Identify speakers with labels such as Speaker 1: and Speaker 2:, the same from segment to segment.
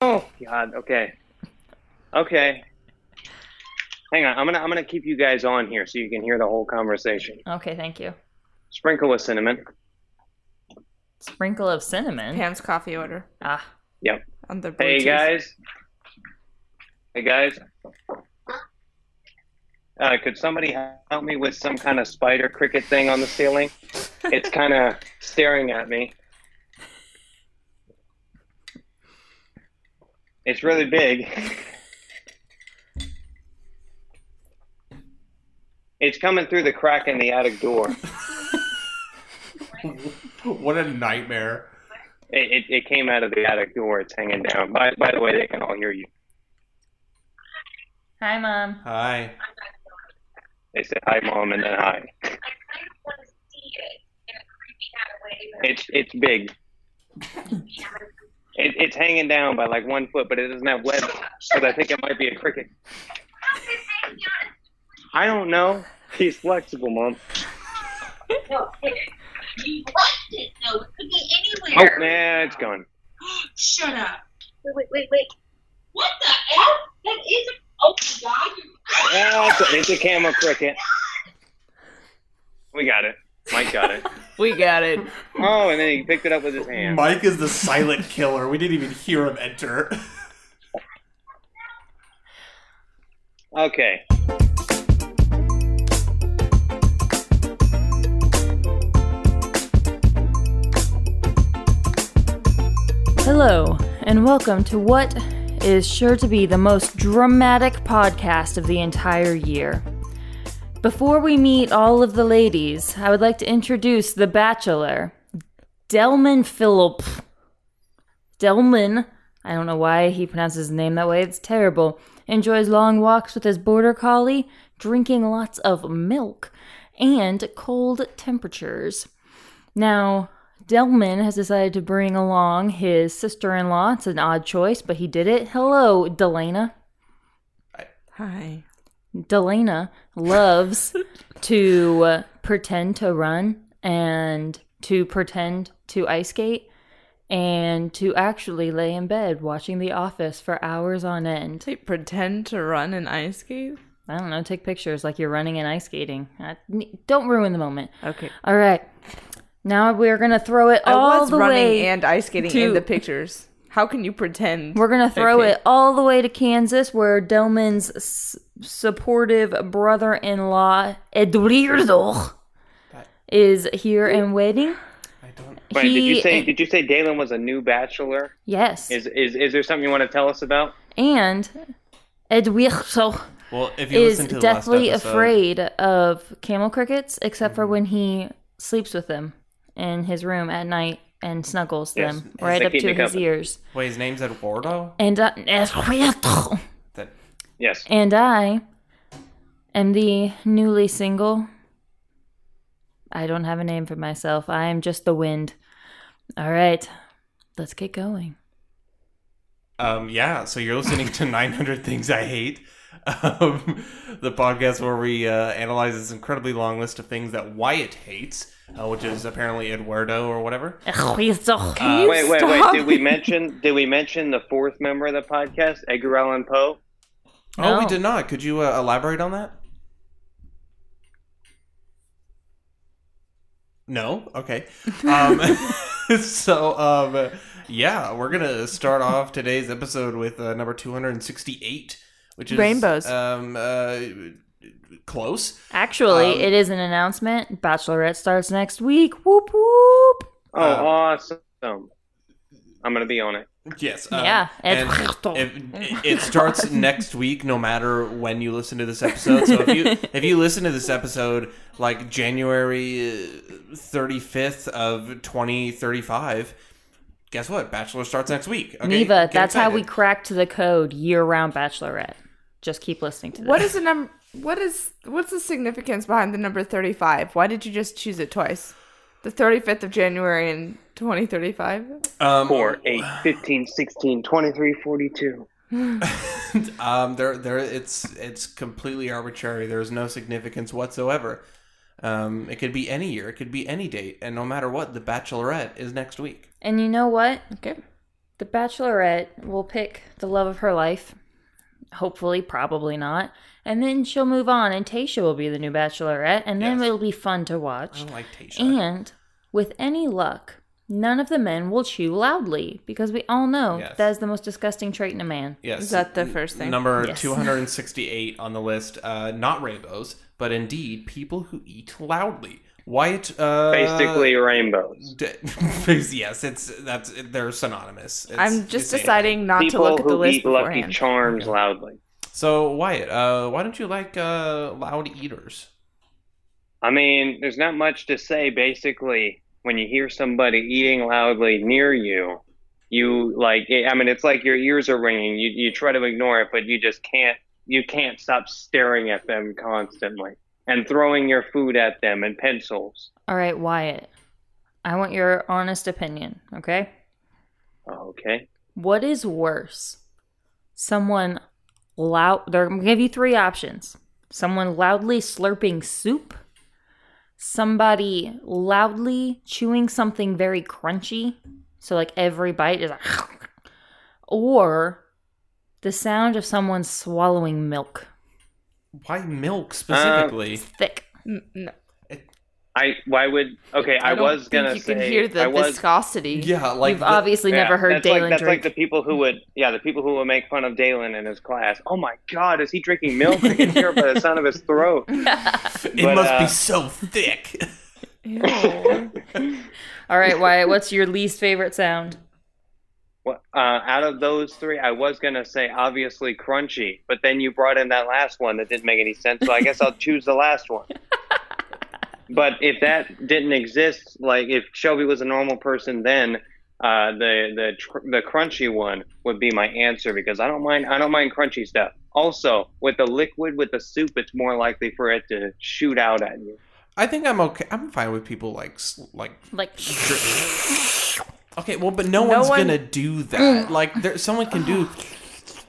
Speaker 1: Oh God. Okay. Okay. Hang on. I'm gonna I'm gonna keep you guys on here so you can hear the whole conversation.
Speaker 2: Okay, thank you.
Speaker 1: Sprinkle with cinnamon.
Speaker 2: Sprinkle of cinnamon.
Speaker 3: Pam's coffee order
Speaker 2: Ah,
Speaker 3: on the
Speaker 1: Hey
Speaker 3: Bluetooth.
Speaker 1: guys. Hey guys. Uh, could somebody help me with some kind of spider cricket thing on the ceiling? It's kind of staring at me. It's really big. It's coming through the crack in the attic door.
Speaker 4: what a nightmare.
Speaker 1: It, it, it came out of the attic door. It's hanging down. By, by the way, they can all hear you.
Speaker 2: hi, mom.
Speaker 4: Hi.
Speaker 1: They said hi, mom, and then hi.
Speaker 5: I kind of want to see it in a creepy kind of way. but
Speaker 1: It's it's big. It, it's hanging down by like one foot, but it doesn't have webs, so I think it might be a cricket.
Speaker 5: How's it hanging out?
Speaker 1: I don't know. He's flexible, mom.
Speaker 5: No, hit it. You watched it though. It could be
Speaker 1: Oh,
Speaker 5: anywhere.
Speaker 1: nah, it's gone.
Speaker 5: Shut up. Wait, wait, wait, wait. What the F? That is a. Oh my god. you-
Speaker 1: Yeah, Oh, it's, a, it's a camel cricket. We got it. Mike got it.
Speaker 2: We got it.
Speaker 1: Oh, and then he picked it up with his hand.
Speaker 4: Mike is the silent killer. We didn't even hear him enter.
Speaker 1: Okay.
Speaker 2: Hello, and welcome to what is sure to be the most dramatic podcast of the entire year. Before we meet all of the ladies, I would like to introduce the bachelor, Delman Phillip. Delman, I don't know why he pronounces his name that way, it's terrible, enjoys long walks with his border collie, drinking lots of milk, and cold temperatures. Now, Delman has decided to bring along his sister in law. It's an odd choice, but he did it. Hello, Delana.
Speaker 3: Hi.
Speaker 2: Delana loves to uh, pretend to run and to pretend to ice skate and to actually lay in bed watching The Office for hours on end.
Speaker 3: They pretend to run an ice skate.
Speaker 2: I don't know, take pictures like you're running and ice skating. I, don't ruin the moment.
Speaker 3: Okay.
Speaker 2: All right. Now we're going to throw it all
Speaker 3: I was
Speaker 2: the
Speaker 3: running
Speaker 2: way
Speaker 3: and ice skating
Speaker 2: to-
Speaker 3: in the pictures. How can you pretend?
Speaker 2: We're going to throw
Speaker 3: Okay.
Speaker 2: it all the way to Kansas, where Delman's s- supportive brother in law, Eduardo, is here and waiting.
Speaker 4: I don't.
Speaker 1: Wait, did you
Speaker 2: He-
Speaker 1: say did you say Dalen was a new bachelor?
Speaker 2: Yes.
Speaker 1: Is is is there something you want to tell us about?
Speaker 2: and Eduardo
Speaker 4: Well, if you
Speaker 2: is
Speaker 4: listen to the
Speaker 2: deathly
Speaker 4: last episode,
Speaker 2: afraid of camel crickets, except for when he sleeps with them in his room at night and snuggles
Speaker 1: Yes,
Speaker 2: them
Speaker 1: it's
Speaker 2: right
Speaker 1: to
Speaker 2: up
Speaker 1: keep
Speaker 2: to
Speaker 1: it
Speaker 2: his
Speaker 1: covered.
Speaker 2: ears.
Speaker 4: Wait, his name's Eduardo.
Speaker 2: And uh, Eduardo.
Speaker 4: That
Speaker 1: Yes.
Speaker 2: And I am the newly single. I don't have a name for myself. I am just the wind. All right, let's get going.
Speaker 4: Um, yeah, so you're listening to 900 Things I Hate, um, the podcast where we uh, analyze this incredibly long list of things that Wyatt hates, uh, which is apparently Eduardo or whatever.
Speaker 2: Can
Speaker 1: Wait, wait, wait. Did we mention did we mention the fourth member of the podcast, Edgar Allan Poe?
Speaker 4: Oh, we
Speaker 2: No.
Speaker 4: did not. Could you uh, elaborate on that? No? Okay. Um, so, um, yeah, we're going to start off today's episode with uh, number 268, which is
Speaker 3: Rainbows.
Speaker 4: Um, uh, close.
Speaker 2: Actually,
Speaker 4: Um,
Speaker 2: it is an announcement. Bachelorette starts next week. Whoop whoop.
Speaker 1: Oh,
Speaker 3: Um,
Speaker 4: Uh,
Speaker 1: awesome. I'm going to be on it.
Speaker 4: Yes. uh,
Speaker 2: Yeah,
Speaker 4: and
Speaker 2: Eduardo.
Speaker 4: it, it starts next week, no matter when you listen to this episode. So if you if you listen to this episode like January thirty fifth of twenty thirty five, guess what? Bachelor starts next week. Okay,
Speaker 2: Neva,
Speaker 4: Get
Speaker 2: that's how we
Speaker 4: excited.
Speaker 2: cracked the code year-round Bachelorette. Just keep listening to this.
Speaker 3: What is the number? What is what's the significance behind the number thirty-five? Why did you just choose it twice? The thirty-fifth of January in twenty thirty-five.
Speaker 4: um,
Speaker 1: 4, 8, 15, 16, 23, 42.
Speaker 4: um, there there it's it's completely arbitrary. There is no significance whatsoever. Um, it could be any year, it could be any date, and no matter what, the Bachelorette is next week.
Speaker 2: And you know what?
Speaker 3: Okay.
Speaker 2: The bachelorette will pick the love of her life. Hopefully, probably not. And then she'll move on, and Tasha will be the new bachelorette, and then
Speaker 4: Yes.
Speaker 2: it'll be fun to watch.
Speaker 4: I don't like Tasha.
Speaker 2: And with any luck, none of the men will chew loudly because we all know
Speaker 4: Yes.
Speaker 2: that is the most disgusting trait in a man.
Speaker 4: yes.
Speaker 3: Is that the first thing?
Speaker 4: Number
Speaker 2: Yes.
Speaker 4: 268 on the list. Uh, not rainbows, but indeed people who eat loudly. White. Uh,
Speaker 1: Basically, rainbows.
Speaker 4: d- yes, it's that's they're synonymous. It's
Speaker 3: I'm just
Speaker 4: the same.
Speaker 3: deciding not to
Speaker 1: People
Speaker 3: look at the
Speaker 1: who
Speaker 3: list
Speaker 1: eat Lucky
Speaker 3: beforehand.
Speaker 1: Charms loudly.
Speaker 4: So Wyatt, uh, why don't you like uh, loud eaters?
Speaker 1: I mean, there's not much to say. Basically, when you hear somebody eating loudly near you, you like. I mean, it's like your ears are ringing. You you try to ignore it, but you just can't. You can't stop staring at them constantly and throwing your food at them and pencils.
Speaker 2: All right, Wyatt, I want your honest opinion, okay?
Speaker 1: Oh, Okay.
Speaker 2: What is worse? Someone loud they're I'm gonna give you three options. Someone loudly slurping soup, somebody loudly chewing something very crunchy, so like every bite is like or the sound of someone swallowing milk.
Speaker 4: Why
Speaker 1: Uh,
Speaker 4: milk specifically?
Speaker 2: It's thick.
Speaker 3: N- no.
Speaker 1: I why would okay? I,
Speaker 3: don't
Speaker 1: was
Speaker 3: think
Speaker 1: gonna
Speaker 3: you
Speaker 1: say
Speaker 3: can hear the
Speaker 1: I was
Speaker 3: viscosity.
Speaker 4: yeah, like
Speaker 2: You've
Speaker 4: the-
Speaker 2: obviously never heard
Speaker 1: that's
Speaker 2: Dalen
Speaker 1: like, That's like
Speaker 2: drink.
Speaker 1: the people who would, yeah, the people who would make fun of Dalen in his class. Oh my God, is he drinking milk? I can hear it by the sound of his throat.
Speaker 4: it
Speaker 1: but,
Speaker 4: must
Speaker 1: uh,
Speaker 4: be so thick.
Speaker 3: Ew.
Speaker 2: All right, Wyatt, what's your least favorite sound?
Speaker 1: What- Uh, out of those three, I was gonna say obviously crunchy, but then you brought in that last one that didn't make any sense. So I guess I'll choose the last one. But if that didn't exist, like if Shelby was a normal person, then uh, the the tr- the crunchy one would be my answer because I don't mind I don't mind crunchy stuff. Also, with the liquid with the soup, it's more likely for it to shoot out at you.
Speaker 4: I think I'm okay. I'm fine with people like s- like.
Speaker 2: Like
Speaker 4: Okay, well, but no,
Speaker 3: No
Speaker 4: one's
Speaker 3: one-
Speaker 4: gonna do that. like, there, someone can do.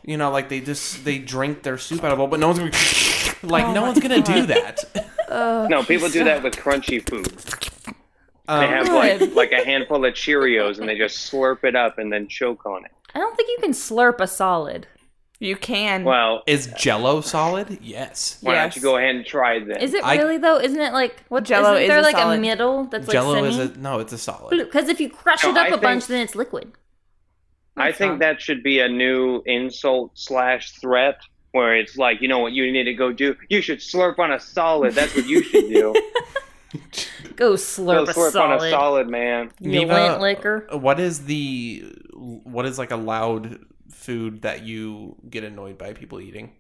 Speaker 4: You know, like they just they drink their soup out of a bowl, but no one's gonna. Like,
Speaker 3: Oh
Speaker 4: no one's gonna do that.
Speaker 1: No, people do that with crunchy food. They
Speaker 4: Um,
Speaker 1: have like like a handful of Cheerios and they just slurp it up and then choke on it.
Speaker 2: I don't think you can slurp a solid.
Speaker 3: you can.
Speaker 1: Well,
Speaker 4: is Jello solid? Yes.
Speaker 1: why
Speaker 3: Yes.
Speaker 1: don't you go ahead and try that?
Speaker 2: Is it
Speaker 4: I-
Speaker 2: really though? Isn't it like what
Speaker 3: Jell-O
Speaker 2: Isn't
Speaker 3: is
Speaker 2: there
Speaker 3: a
Speaker 2: like
Speaker 3: solid.
Speaker 2: a middle that's like
Speaker 4: Jello is
Speaker 2: semi?
Speaker 4: a no. It's a solid.
Speaker 2: Because if you crush
Speaker 1: No,
Speaker 2: it up
Speaker 1: I
Speaker 2: a
Speaker 1: think-
Speaker 2: bunch, then it's liquid.
Speaker 1: I think that should be a new insult slash threat where it's like, you know what you need to go do? You should slurp on a solid. That's what you should do.
Speaker 2: Go
Speaker 1: go
Speaker 2: slurp, a
Speaker 1: slurp
Speaker 2: solid.
Speaker 1: on a solid, man.
Speaker 2: You lint liquor.
Speaker 4: What is the what is like a loud food that you get annoyed by people eating?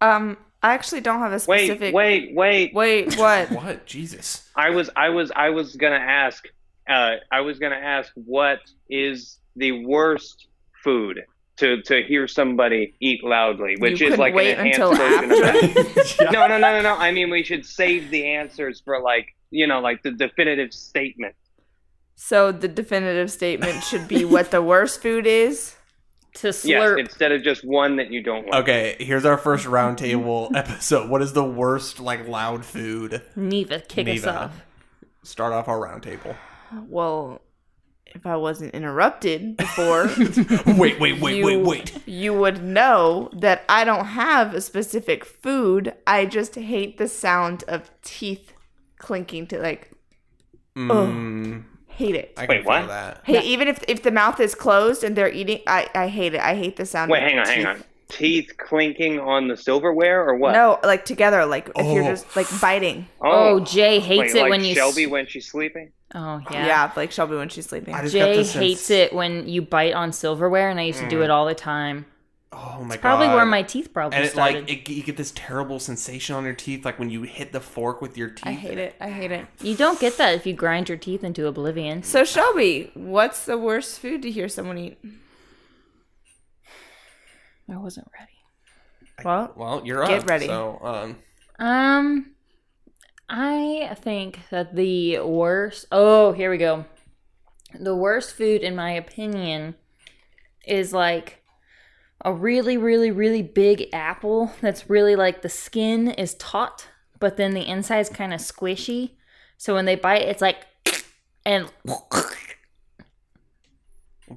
Speaker 3: um, I actually don't have a
Speaker 1: Wait,
Speaker 3: specific.
Speaker 1: wait, wait.
Speaker 3: wait, what?
Speaker 4: What? Jesus.
Speaker 1: I was I was I was gonna ask uh, I was gonna ask what is the worst food to, to hear somebody eat loudly, which
Speaker 3: you
Speaker 1: is
Speaker 3: could
Speaker 1: like
Speaker 3: wait
Speaker 1: an enhanced
Speaker 3: until
Speaker 1: version of that.
Speaker 3: after.
Speaker 1: no, no, no, no, no. I mean, we should save the answers for like you know, like the definitive statement.
Speaker 3: so the definitive statement should be what the worst food is.
Speaker 2: To
Speaker 1: Yes,
Speaker 2: slurp.
Speaker 1: instead of just one that you don't like.
Speaker 4: Okay, here's our first roundtable episode. What is the worst like loud food?
Speaker 2: Neva, kick us
Speaker 4: Neva.
Speaker 2: off.
Speaker 4: Start off our roundtable.
Speaker 3: Well, if I wasn't interrupted before,
Speaker 4: wait, wait, wait,
Speaker 3: you,
Speaker 4: wait, wait.
Speaker 3: you would know that I don't have a specific food. I just hate the sound of teeth clinking to like
Speaker 4: Mm,
Speaker 3: hate it.
Speaker 4: I can
Speaker 1: Wait,
Speaker 4: feel
Speaker 1: what?
Speaker 4: that.
Speaker 3: Hey, even if if the mouth is closed and they're eating, I, I hate it. I hate the sound.
Speaker 1: Wait,
Speaker 3: of
Speaker 1: hang on, hang
Speaker 3: teeth.
Speaker 1: on. Teeth clinking on the silverware or what?
Speaker 3: No, like together, like if
Speaker 4: Oh.
Speaker 3: you're just like biting.
Speaker 2: Oh, Jay hates
Speaker 1: Wait,
Speaker 2: it
Speaker 1: like
Speaker 2: when you. s-
Speaker 1: Shelby when she's sleeping.
Speaker 2: Oh
Speaker 3: Yeah.
Speaker 2: yeah.
Speaker 3: like Shelby when she's sleeping.
Speaker 4: I just got
Speaker 2: Jay
Speaker 4: this sense-
Speaker 2: hates it when you bite on silverware, and I used to
Speaker 1: Mm.
Speaker 2: do it all the time.
Speaker 4: Oh my god.
Speaker 2: Probably where my teeth problem
Speaker 4: and it,
Speaker 2: started.
Speaker 4: like it, you get this terrible sensation on your teeth, like when you hit the fork with your teeth.
Speaker 3: I hate it. I hate it.
Speaker 2: you don't get that if you grind your teeth into oblivion.
Speaker 3: So Shelby, what's the worst food to hear someone eat?
Speaker 2: I wasn't ready.
Speaker 3: Well,
Speaker 4: Well, you're
Speaker 3: Get
Speaker 4: up.
Speaker 3: ready.
Speaker 4: So, um,
Speaker 2: Um, I think that the worst. Oh, here we go. The worst food, in my opinion, is like a really, really, really big apple that's really like the skin is taut, but then the inside's kind of squishy. So when they bite, it's like and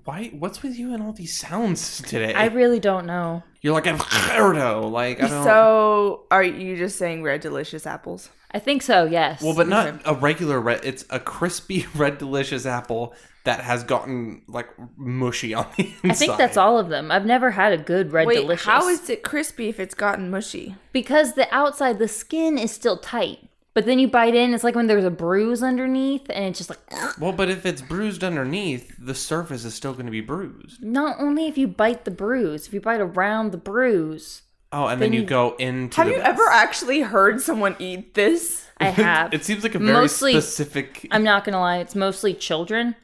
Speaker 4: Why? What's with you and all these sounds today?
Speaker 2: I really don't know.
Speaker 4: You're like a weirdo. Like I don't.
Speaker 3: So are you just saying red delicious apples?
Speaker 2: I think so, yes.
Speaker 4: well, but not a regular red. It's a crispy red delicious apple that has gotten like mushy on the inside.
Speaker 2: I think that's all of them. I've never had a good red
Speaker 3: Wait,
Speaker 2: delicious.
Speaker 3: how is it crispy if it's gotten mushy?
Speaker 2: because the outside the skin is still tight. But then you bite in, it's like when there's a bruise underneath and it's just like
Speaker 4: Well, but if it's bruised underneath, the surface is still going to be bruised.
Speaker 2: not only if you bite the bruise, if you bite around the bruise.
Speaker 4: Oh, and then, you go into.
Speaker 3: Have
Speaker 4: the
Speaker 3: you ever actually heard someone eat this?
Speaker 2: I have.
Speaker 4: It seems like a very
Speaker 2: Mostly-
Speaker 4: specific.
Speaker 2: I'm not gonna lie, it's mostly children.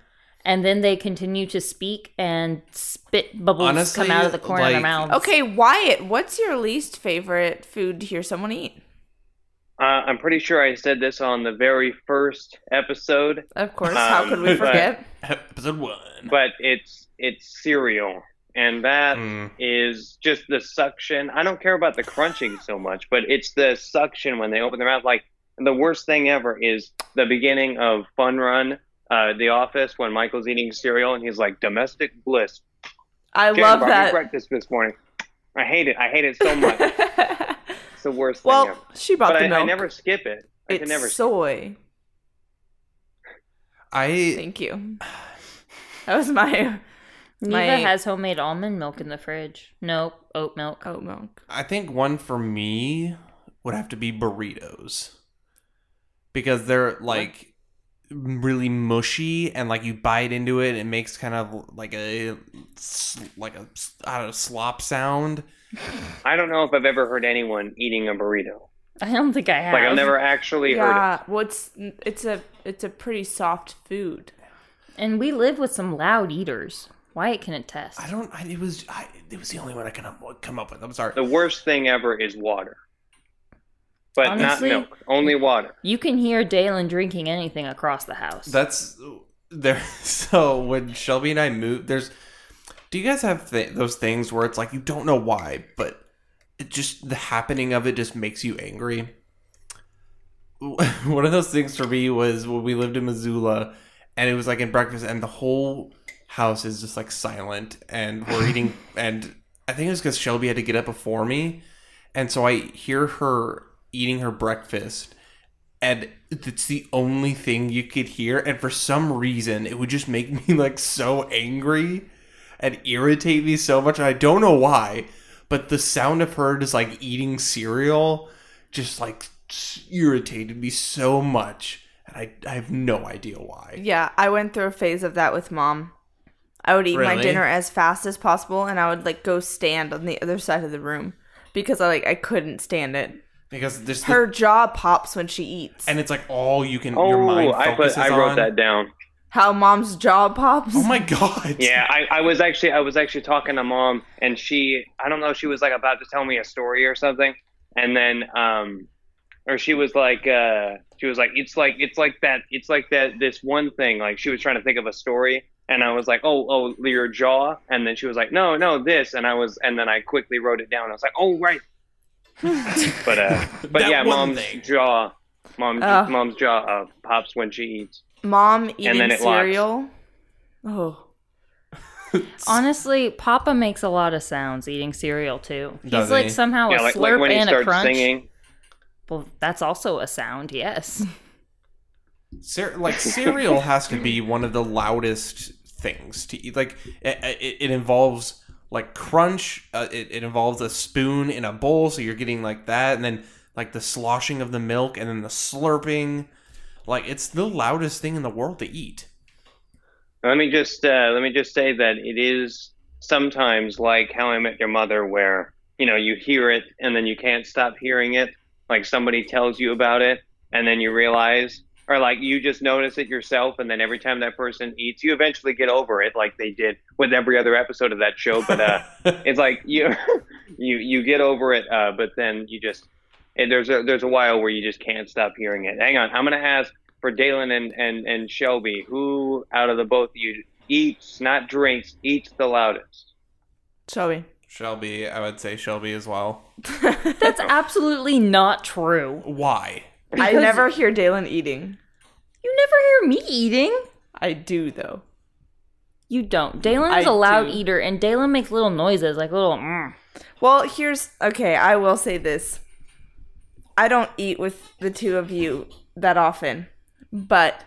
Speaker 2: And then they continue to speak and spit bubbles
Speaker 4: Honestly,
Speaker 2: come out of the corner of their
Speaker 4: like-
Speaker 2: mouths.
Speaker 3: Okay, Wyatt, what's your least favorite food to hear someone eat?
Speaker 1: Uh, I'm pretty sure I said this on the very first episode,
Speaker 3: Of course, how
Speaker 1: Um,
Speaker 3: could we
Speaker 1: but-
Speaker 3: forget?
Speaker 4: Episode one.
Speaker 1: but it's it's cereal, and that is
Speaker 4: Mm.
Speaker 1: just the suction. I don't care about the crunching so much, but it's the suction when they open their mouth. Like the worst thing ever is the beginning of Fun Run, uh, The Office, when Michael's eating cereal and he's like domestic bliss.
Speaker 3: I
Speaker 1: Jen
Speaker 3: love
Speaker 1: brought me
Speaker 3: that.
Speaker 1: breakfast this morning. I hate it. I hate it so much. it's the worst thing
Speaker 3: well,
Speaker 1: ever.
Speaker 3: she bought
Speaker 1: But
Speaker 3: the
Speaker 1: I,
Speaker 3: milk.
Speaker 1: I never skip it. I
Speaker 3: it's
Speaker 1: can never.
Speaker 3: soy.
Speaker 4: I
Speaker 3: Thank you. That was my
Speaker 2: Neva
Speaker 3: My-
Speaker 2: has homemade almond milk in the fridge. Nope, oat milk.
Speaker 3: oat milk.
Speaker 4: I think one for me would have to be burritos because they're like really mushy and like you bite into it, it makes kind of like a s- like a s- I don't know slop sound.
Speaker 1: I don't know if I've ever heard anyone eating a burrito.
Speaker 2: I don't think I have.
Speaker 1: Like I've never actually heard it.
Speaker 3: Yeah, well, it's it's a it's a pretty soft food.
Speaker 2: And we live with some loud eaters. Wyatt can attest.
Speaker 4: I don't. I, it was I, it was the only one I could up- come up with. I'm sorry.
Speaker 1: The worst thing ever is water, but
Speaker 2: Honestly-
Speaker 1: not milk. Only water.
Speaker 2: You can hear Dalen drinking anything across the house.
Speaker 4: That's there. So when Shelby and I moved, there's. Do you guys have th- those things where it's like you don't know why, but it just the happening of it just makes you angry? One of those things for me was when we lived in Missoula, and it was like in breakfast, and the whole house is just like silent, and we're eating, and I think it was because Shelby had to get up before me, and so I hear her eating her breakfast, and it's the only thing you could hear and for some reason it would just make me like so angry and irritate me so much and i don't know why but the sound of her just like eating cereal just like irritated me so much and i, I have no idea why
Speaker 3: Yeah, I went through a phase of that with mom. I would eat my
Speaker 4: Really?
Speaker 3: dinner as fast as possible, and I would like go stand on the other side of the room because I like I couldn't stand it.
Speaker 4: because there's the,
Speaker 3: Her jaw pops when she eats.
Speaker 4: and it's like all you can your mind
Speaker 1: Oh, I
Speaker 4: focuses
Speaker 1: put. I wrote
Speaker 4: on.
Speaker 1: that down.
Speaker 3: How mom's jaw pops.
Speaker 4: oh my god
Speaker 1: Yeah, I, I was actually I was actually talking to mom, and she I don't know she was like about to tell me a story or something, and then um, or she was like uh, she was like it's like it's like that it's like that this one thing like she was trying to think of a story, and I was like oh oh your jaw, and then she was like no no this, and I was and then I quickly wrote it down. I was like oh right, but uh, but
Speaker 4: That
Speaker 1: yeah,
Speaker 4: one
Speaker 1: mom's
Speaker 4: thing.
Speaker 1: jaw, mom
Speaker 3: Ugh.
Speaker 1: mom's jaw uh, pops when she eats.
Speaker 3: Mom eating
Speaker 1: then it locks.
Speaker 3: cereal. Oh,
Speaker 2: Honestly, Papa makes a lot of sounds eating cereal too. He's
Speaker 4: Does
Speaker 2: like
Speaker 4: he?
Speaker 2: somehow
Speaker 1: Yeah,
Speaker 2: a
Speaker 1: like,
Speaker 2: Oh, slurp
Speaker 1: like when he
Speaker 2: and a
Speaker 1: starts
Speaker 2: crunch.
Speaker 1: singing.
Speaker 2: Well, that's also a sound, yes.
Speaker 4: Cer- like cereal has to be one of the loudest things to eat. Like it, it, it involves like crunch. Uh, it, it involves a spoon in a bowl, so you're getting like that, and then like the sloshing of the milk, and then the slurping. Like it's the loudest thing in the world to eat.
Speaker 1: Let me just uh, let me just say that it is sometimes like How I Met Your Mother, where you know you hear it and then you can't stop hearing it. Like somebody tells you about it, and then you realize, or like you just notice it yourself, and then every time that person eats, you eventually get over it, like they did with every other episode of that show. But uh, it's like you you you get over it, uh, but then you just and there's a there's a while where you just can't stop hearing it. Hang on, I'm gonna ask for Dalen and and and Shelby, who out of the both of you eats, not drinks, eats the loudest?
Speaker 3: Shelby.
Speaker 4: Shelby, I would say Shelby as well.
Speaker 2: that's absolutely not true.
Speaker 4: Why?
Speaker 3: I
Speaker 2: Because-
Speaker 3: never hear Dalen eating.
Speaker 2: You never hear me eating.
Speaker 3: I do though.
Speaker 2: You don't. Dalen is
Speaker 3: I
Speaker 2: a loud
Speaker 3: do.
Speaker 2: eater, and Dalen makes little noises, like little. Mm.
Speaker 3: Well, here's okay. I will say this: I don't eat with the two of you that often, but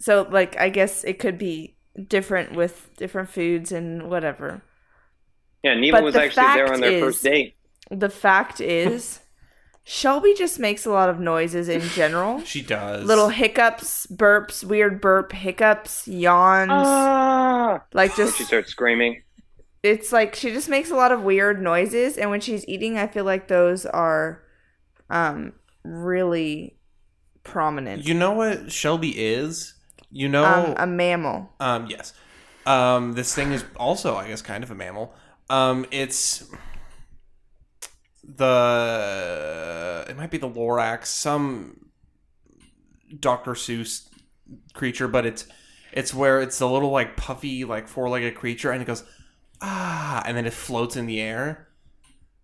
Speaker 3: so like I guess it could be different with different foods and whatever.
Speaker 1: Yeah, Neva
Speaker 3: But
Speaker 1: was
Speaker 3: the
Speaker 1: actually there on
Speaker 3: fact
Speaker 1: their
Speaker 3: is-
Speaker 1: first date.
Speaker 3: The fact is, Shelby just makes a lot of noises in general.
Speaker 4: She does.
Speaker 3: Little hiccups, burps, weird burp, hiccups, yawns,
Speaker 1: Ah!
Speaker 3: like just
Speaker 1: She starts screaming.
Speaker 3: it's like she just makes a lot of weird noises and when she's eating i feel like those are um really prominent
Speaker 4: You know what Shelby is? You know,
Speaker 3: um,
Speaker 4: um,
Speaker 3: a mammal
Speaker 4: yes. Um, this thing is also, I guess, kind of a mammal. Um, it's the it might be the Lorax, some Dr. Seuss creature, but it's it's where it's the little like puffy, like four-legged creature, and it goes ah, and then it floats in the air.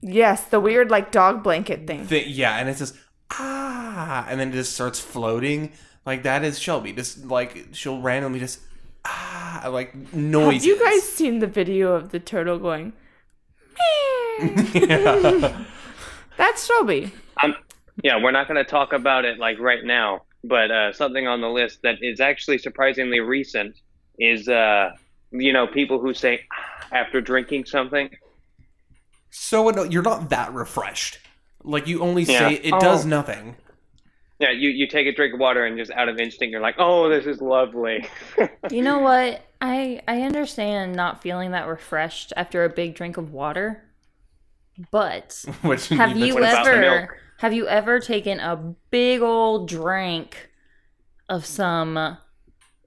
Speaker 3: yes the weird like dog blanket thing
Speaker 4: Thi- yeah, and it says ah, and then it just starts floating. Like that is Shelby. Just like she'll randomly just ah, like noises.
Speaker 3: have you guys seen the video of the turtle going
Speaker 4: yeah.
Speaker 3: that's shelby
Speaker 1: I'm, Um, yeah, we're not going to talk about it like right now, but uh, something on the list that is actually surprisingly recent is, uh, you know, people who say "Ah," after drinking something.
Speaker 4: So anno- you're not that refreshed. Like you only say
Speaker 1: Yeah.
Speaker 4: it
Speaker 3: Oh.
Speaker 4: does nothing.
Speaker 1: Yeah, you, you take a drink of water and just out of instinct, you're like, oh, this is lovely.
Speaker 2: You know what? I I understand not feeling that refreshed after a big drink of water, but
Speaker 4: Which
Speaker 2: have
Speaker 4: even-
Speaker 2: you
Speaker 1: What about the milk?
Speaker 2: ever have you ever taken a big old drink of some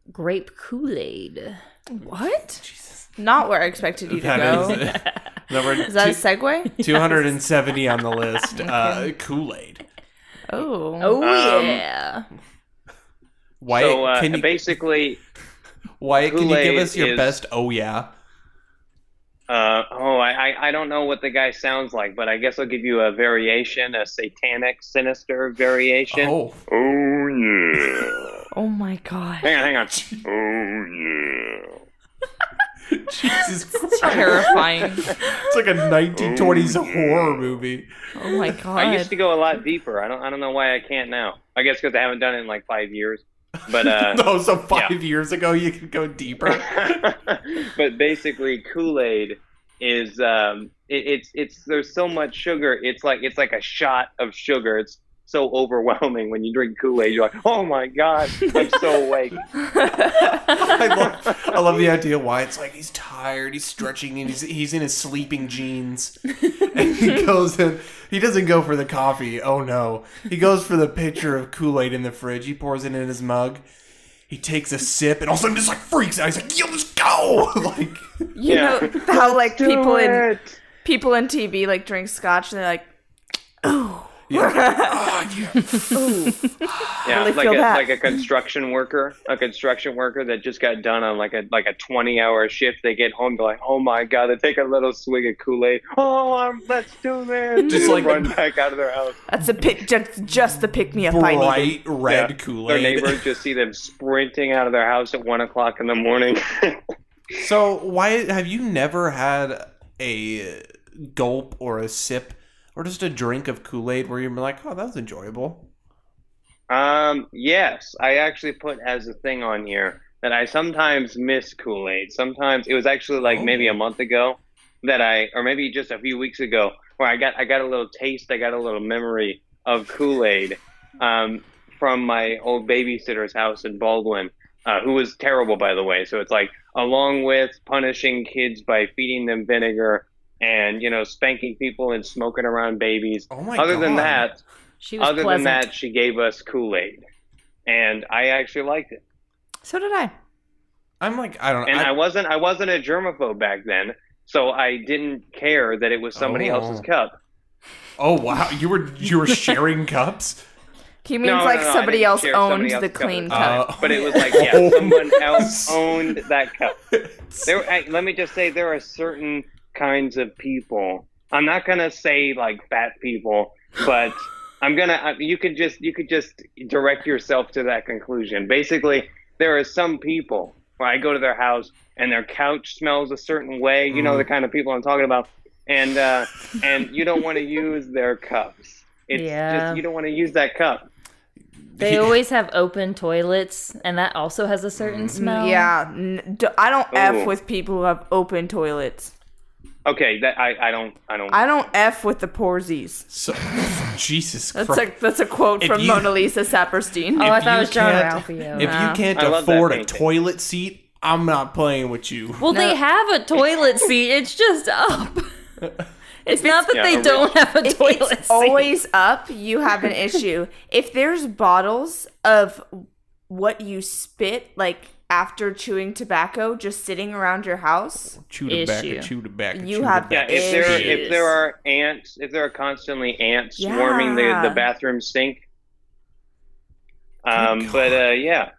Speaker 2: grape Kool Aid?
Speaker 3: what not where i expected you to
Speaker 4: That
Speaker 3: go
Speaker 4: is,
Speaker 3: is,
Speaker 4: number
Speaker 3: that a
Speaker 4: two-
Speaker 3: segue
Speaker 4: 270 on the list. Uh, Kool Aid.
Speaker 3: oh
Speaker 2: Oh
Speaker 1: Um,
Speaker 2: yeah.
Speaker 4: Wyatt,
Speaker 1: so uh,
Speaker 4: can you,
Speaker 1: basically,
Speaker 4: Wyatt, can you give
Speaker 1: Kool-Aid
Speaker 4: us your
Speaker 1: is-
Speaker 4: best? Oh yeah.
Speaker 1: uh, oh, I, I, I don't know what the guy sounds like, but I guess I'll give you a variation, a satanic, sinister variation.
Speaker 4: Oh,
Speaker 1: Oh yeah.
Speaker 3: oh my god
Speaker 1: Hang on, hang on. Oh yeah.
Speaker 4: Jesus Christ!
Speaker 3: terrifying
Speaker 4: It's like a 1920s horror movie.
Speaker 3: oh my god
Speaker 1: I used to go a lot deeper. I don't. I don't know why I can't now. I guess because I haven't done it in like five years. But uh,
Speaker 4: No, Oh, so five years ago, you could go deeper.
Speaker 1: but basically, Kool Aid is um, it, it's it's there's so much sugar. It's like it's like a shot of sugar. It's so overwhelming when you drink Kool Aid. You're like, oh my god, I'm so awake.
Speaker 4: I love, I love the idea why it's like he's tired, he's stretching, and he's, he's in his sleeping jeans. And he goes in, he doesn't go for the coffee. Oh no. He goes for the pitcher of Kool Aid in the fridge. He pours it in his mug. He takes a sip, and all of a sudden, just like freaks out. He's like, yo, let's go! Like,
Speaker 3: you
Speaker 1: Yeah.
Speaker 3: know how like
Speaker 1: Do
Speaker 3: people in
Speaker 1: it.
Speaker 3: people in TV like drink scotch and they're like,
Speaker 4: ah, yeah.
Speaker 1: Yeah,
Speaker 3: really
Speaker 1: like
Speaker 3: feel
Speaker 1: a
Speaker 3: that.
Speaker 1: like a construction worker, a construction worker that just got done on like a like a twenty hour shift. They get home, they're like, "Oh my god!" They take a little swig of Kool Aid. Oh, um, let's do this!
Speaker 4: Just
Speaker 1: Just
Speaker 4: like-
Speaker 1: like run back out of their house.
Speaker 3: "That's a pick, just just the pick me up I needed."
Speaker 4: Bright red
Speaker 1: Yeah.
Speaker 4: Kool
Speaker 1: Their
Speaker 4: Aid.
Speaker 1: neighbors just see them sprinting out of their house at one o'clock in the morning.
Speaker 4: So why have you never had a gulp or a sip or just a drink of Kool Aid where you're like, oh, that was enjoyable?
Speaker 1: um, yes, I actually put as a thing on here that I sometimes miss Kool Aid. Sometimes it was actually like
Speaker 4: Oh.
Speaker 1: maybe a month ago that I, or maybe just a few weeks ago, where I got I got a little taste, I got a little memory of Kool Aid um, from my old babysitter's house in Baldwin, uh, who was terrible, by the way. So it's like along with punishing kids by feeding them vinegar and you know spanking people and smoking around babies.
Speaker 4: Oh my
Speaker 1: Other than
Speaker 4: God.
Speaker 1: that,
Speaker 2: She was
Speaker 1: other
Speaker 2: pleasant.
Speaker 1: than that, she gave us Kool Aid, and I actually liked it.
Speaker 3: So did I.
Speaker 4: I'm like, I don't know.
Speaker 1: And I,
Speaker 4: I,
Speaker 1: wasn't I wasn't a germaphobe back then, so I didn't care that it was somebody
Speaker 4: Oh.
Speaker 1: else's cup.
Speaker 4: oh wow, you were you were sharing cups.
Speaker 3: He means
Speaker 1: no,
Speaker 3: like
Speaker 1: no, I
Speaker 3: somebody
Speaker 1: didn't
Speaker 3: else
Speaker 1: share
Speaker 3: owned
Speaker 1: somebody
Speaker 3: the
Speaker 1: else's
Speaker 3: clean
Speaker 4: cup.
Speaker 3: cup.
Speaker 4: Uh,
Speaker 1: But it was like, yeah, someone else owned that cup.
Speaker 4: It's-
Speaker 1: There, I, let me just say, there are certain kinds of people. I'm not gonna say like fat people, but I'm gonna. I, you could just you could just direct yourself to that conclusion. Basically, there are some people where I go to their house and their couch smells a certain way. You know the kind of people I'm talking about, and uh, and you don't want to use their cups. It's
Speaker 2: Yeah.
Speaker 1: just you don't want to use that cup.
Speaker 2: They always have open toilets, and that also has a certain
Speaker 1: Mm,
Speaker 2: smell.
Speaker 3: Yeah, n- d- I don't
Speaker 1: Ooh.
Speaker 3: f with people who have open toilets.
Speaker 1: Okay, that I, I don't I don't
Speaker 3: I don't f with the poorsies.
Speaker 4: So, Jesus
Speaker 3: That's
Speaker 4: Christ.
Speaker 3: a that's a quote
Speaker 4: If
Speaker 3: from
Speaker 4: you-
Speaker 3: Mona Lisa Saperstein.
Speaker 2: Oh, I
Speaker 4: If
Speaker 2: thought it
Speaker 4: you
Speaker 2: was John
Speaker 4: can't-
Speaker 2: Ralphio.
Speaker 4: If you can't
Speaker 1: I love that
Speaker 4: afford a
Speaker 1: painting.
Speaker 4: toilet seat, I'm not playing with you.
Speaker 2: Well, they have a toilet seat. It's just up. It's not that
Speaker 1: Yeah,
Speaker 2: they
Speaker 1: a
Speaker 2: don't have a
Speaker 3: if
Speaker 2: toilet
Speaker 3: it's
Speaker 2: seat.
Speaker 3: always up, you have an issue. if there's bottles of what you spit like after chewing tobacco just sitting around your house,
Speaker 4: Chew tobacco,
Speaker 2: Issue.
Speaker 4: chew tobacco.
Speaker 3: You
Speaker 4: chew
Speaker 3: have-
Speaker 1: Yeah,
Speaker 4: tobacco.
Speaker 1: if there
Speaker 2: Issues.
Speaker 1: if there are ants, if there are constantly ants swarming the,
Speaker 3: Yeah.
Speaker 1: the bathroom sink. Um,
Speaker 4: Good
Speaker 1: but uh, yeah.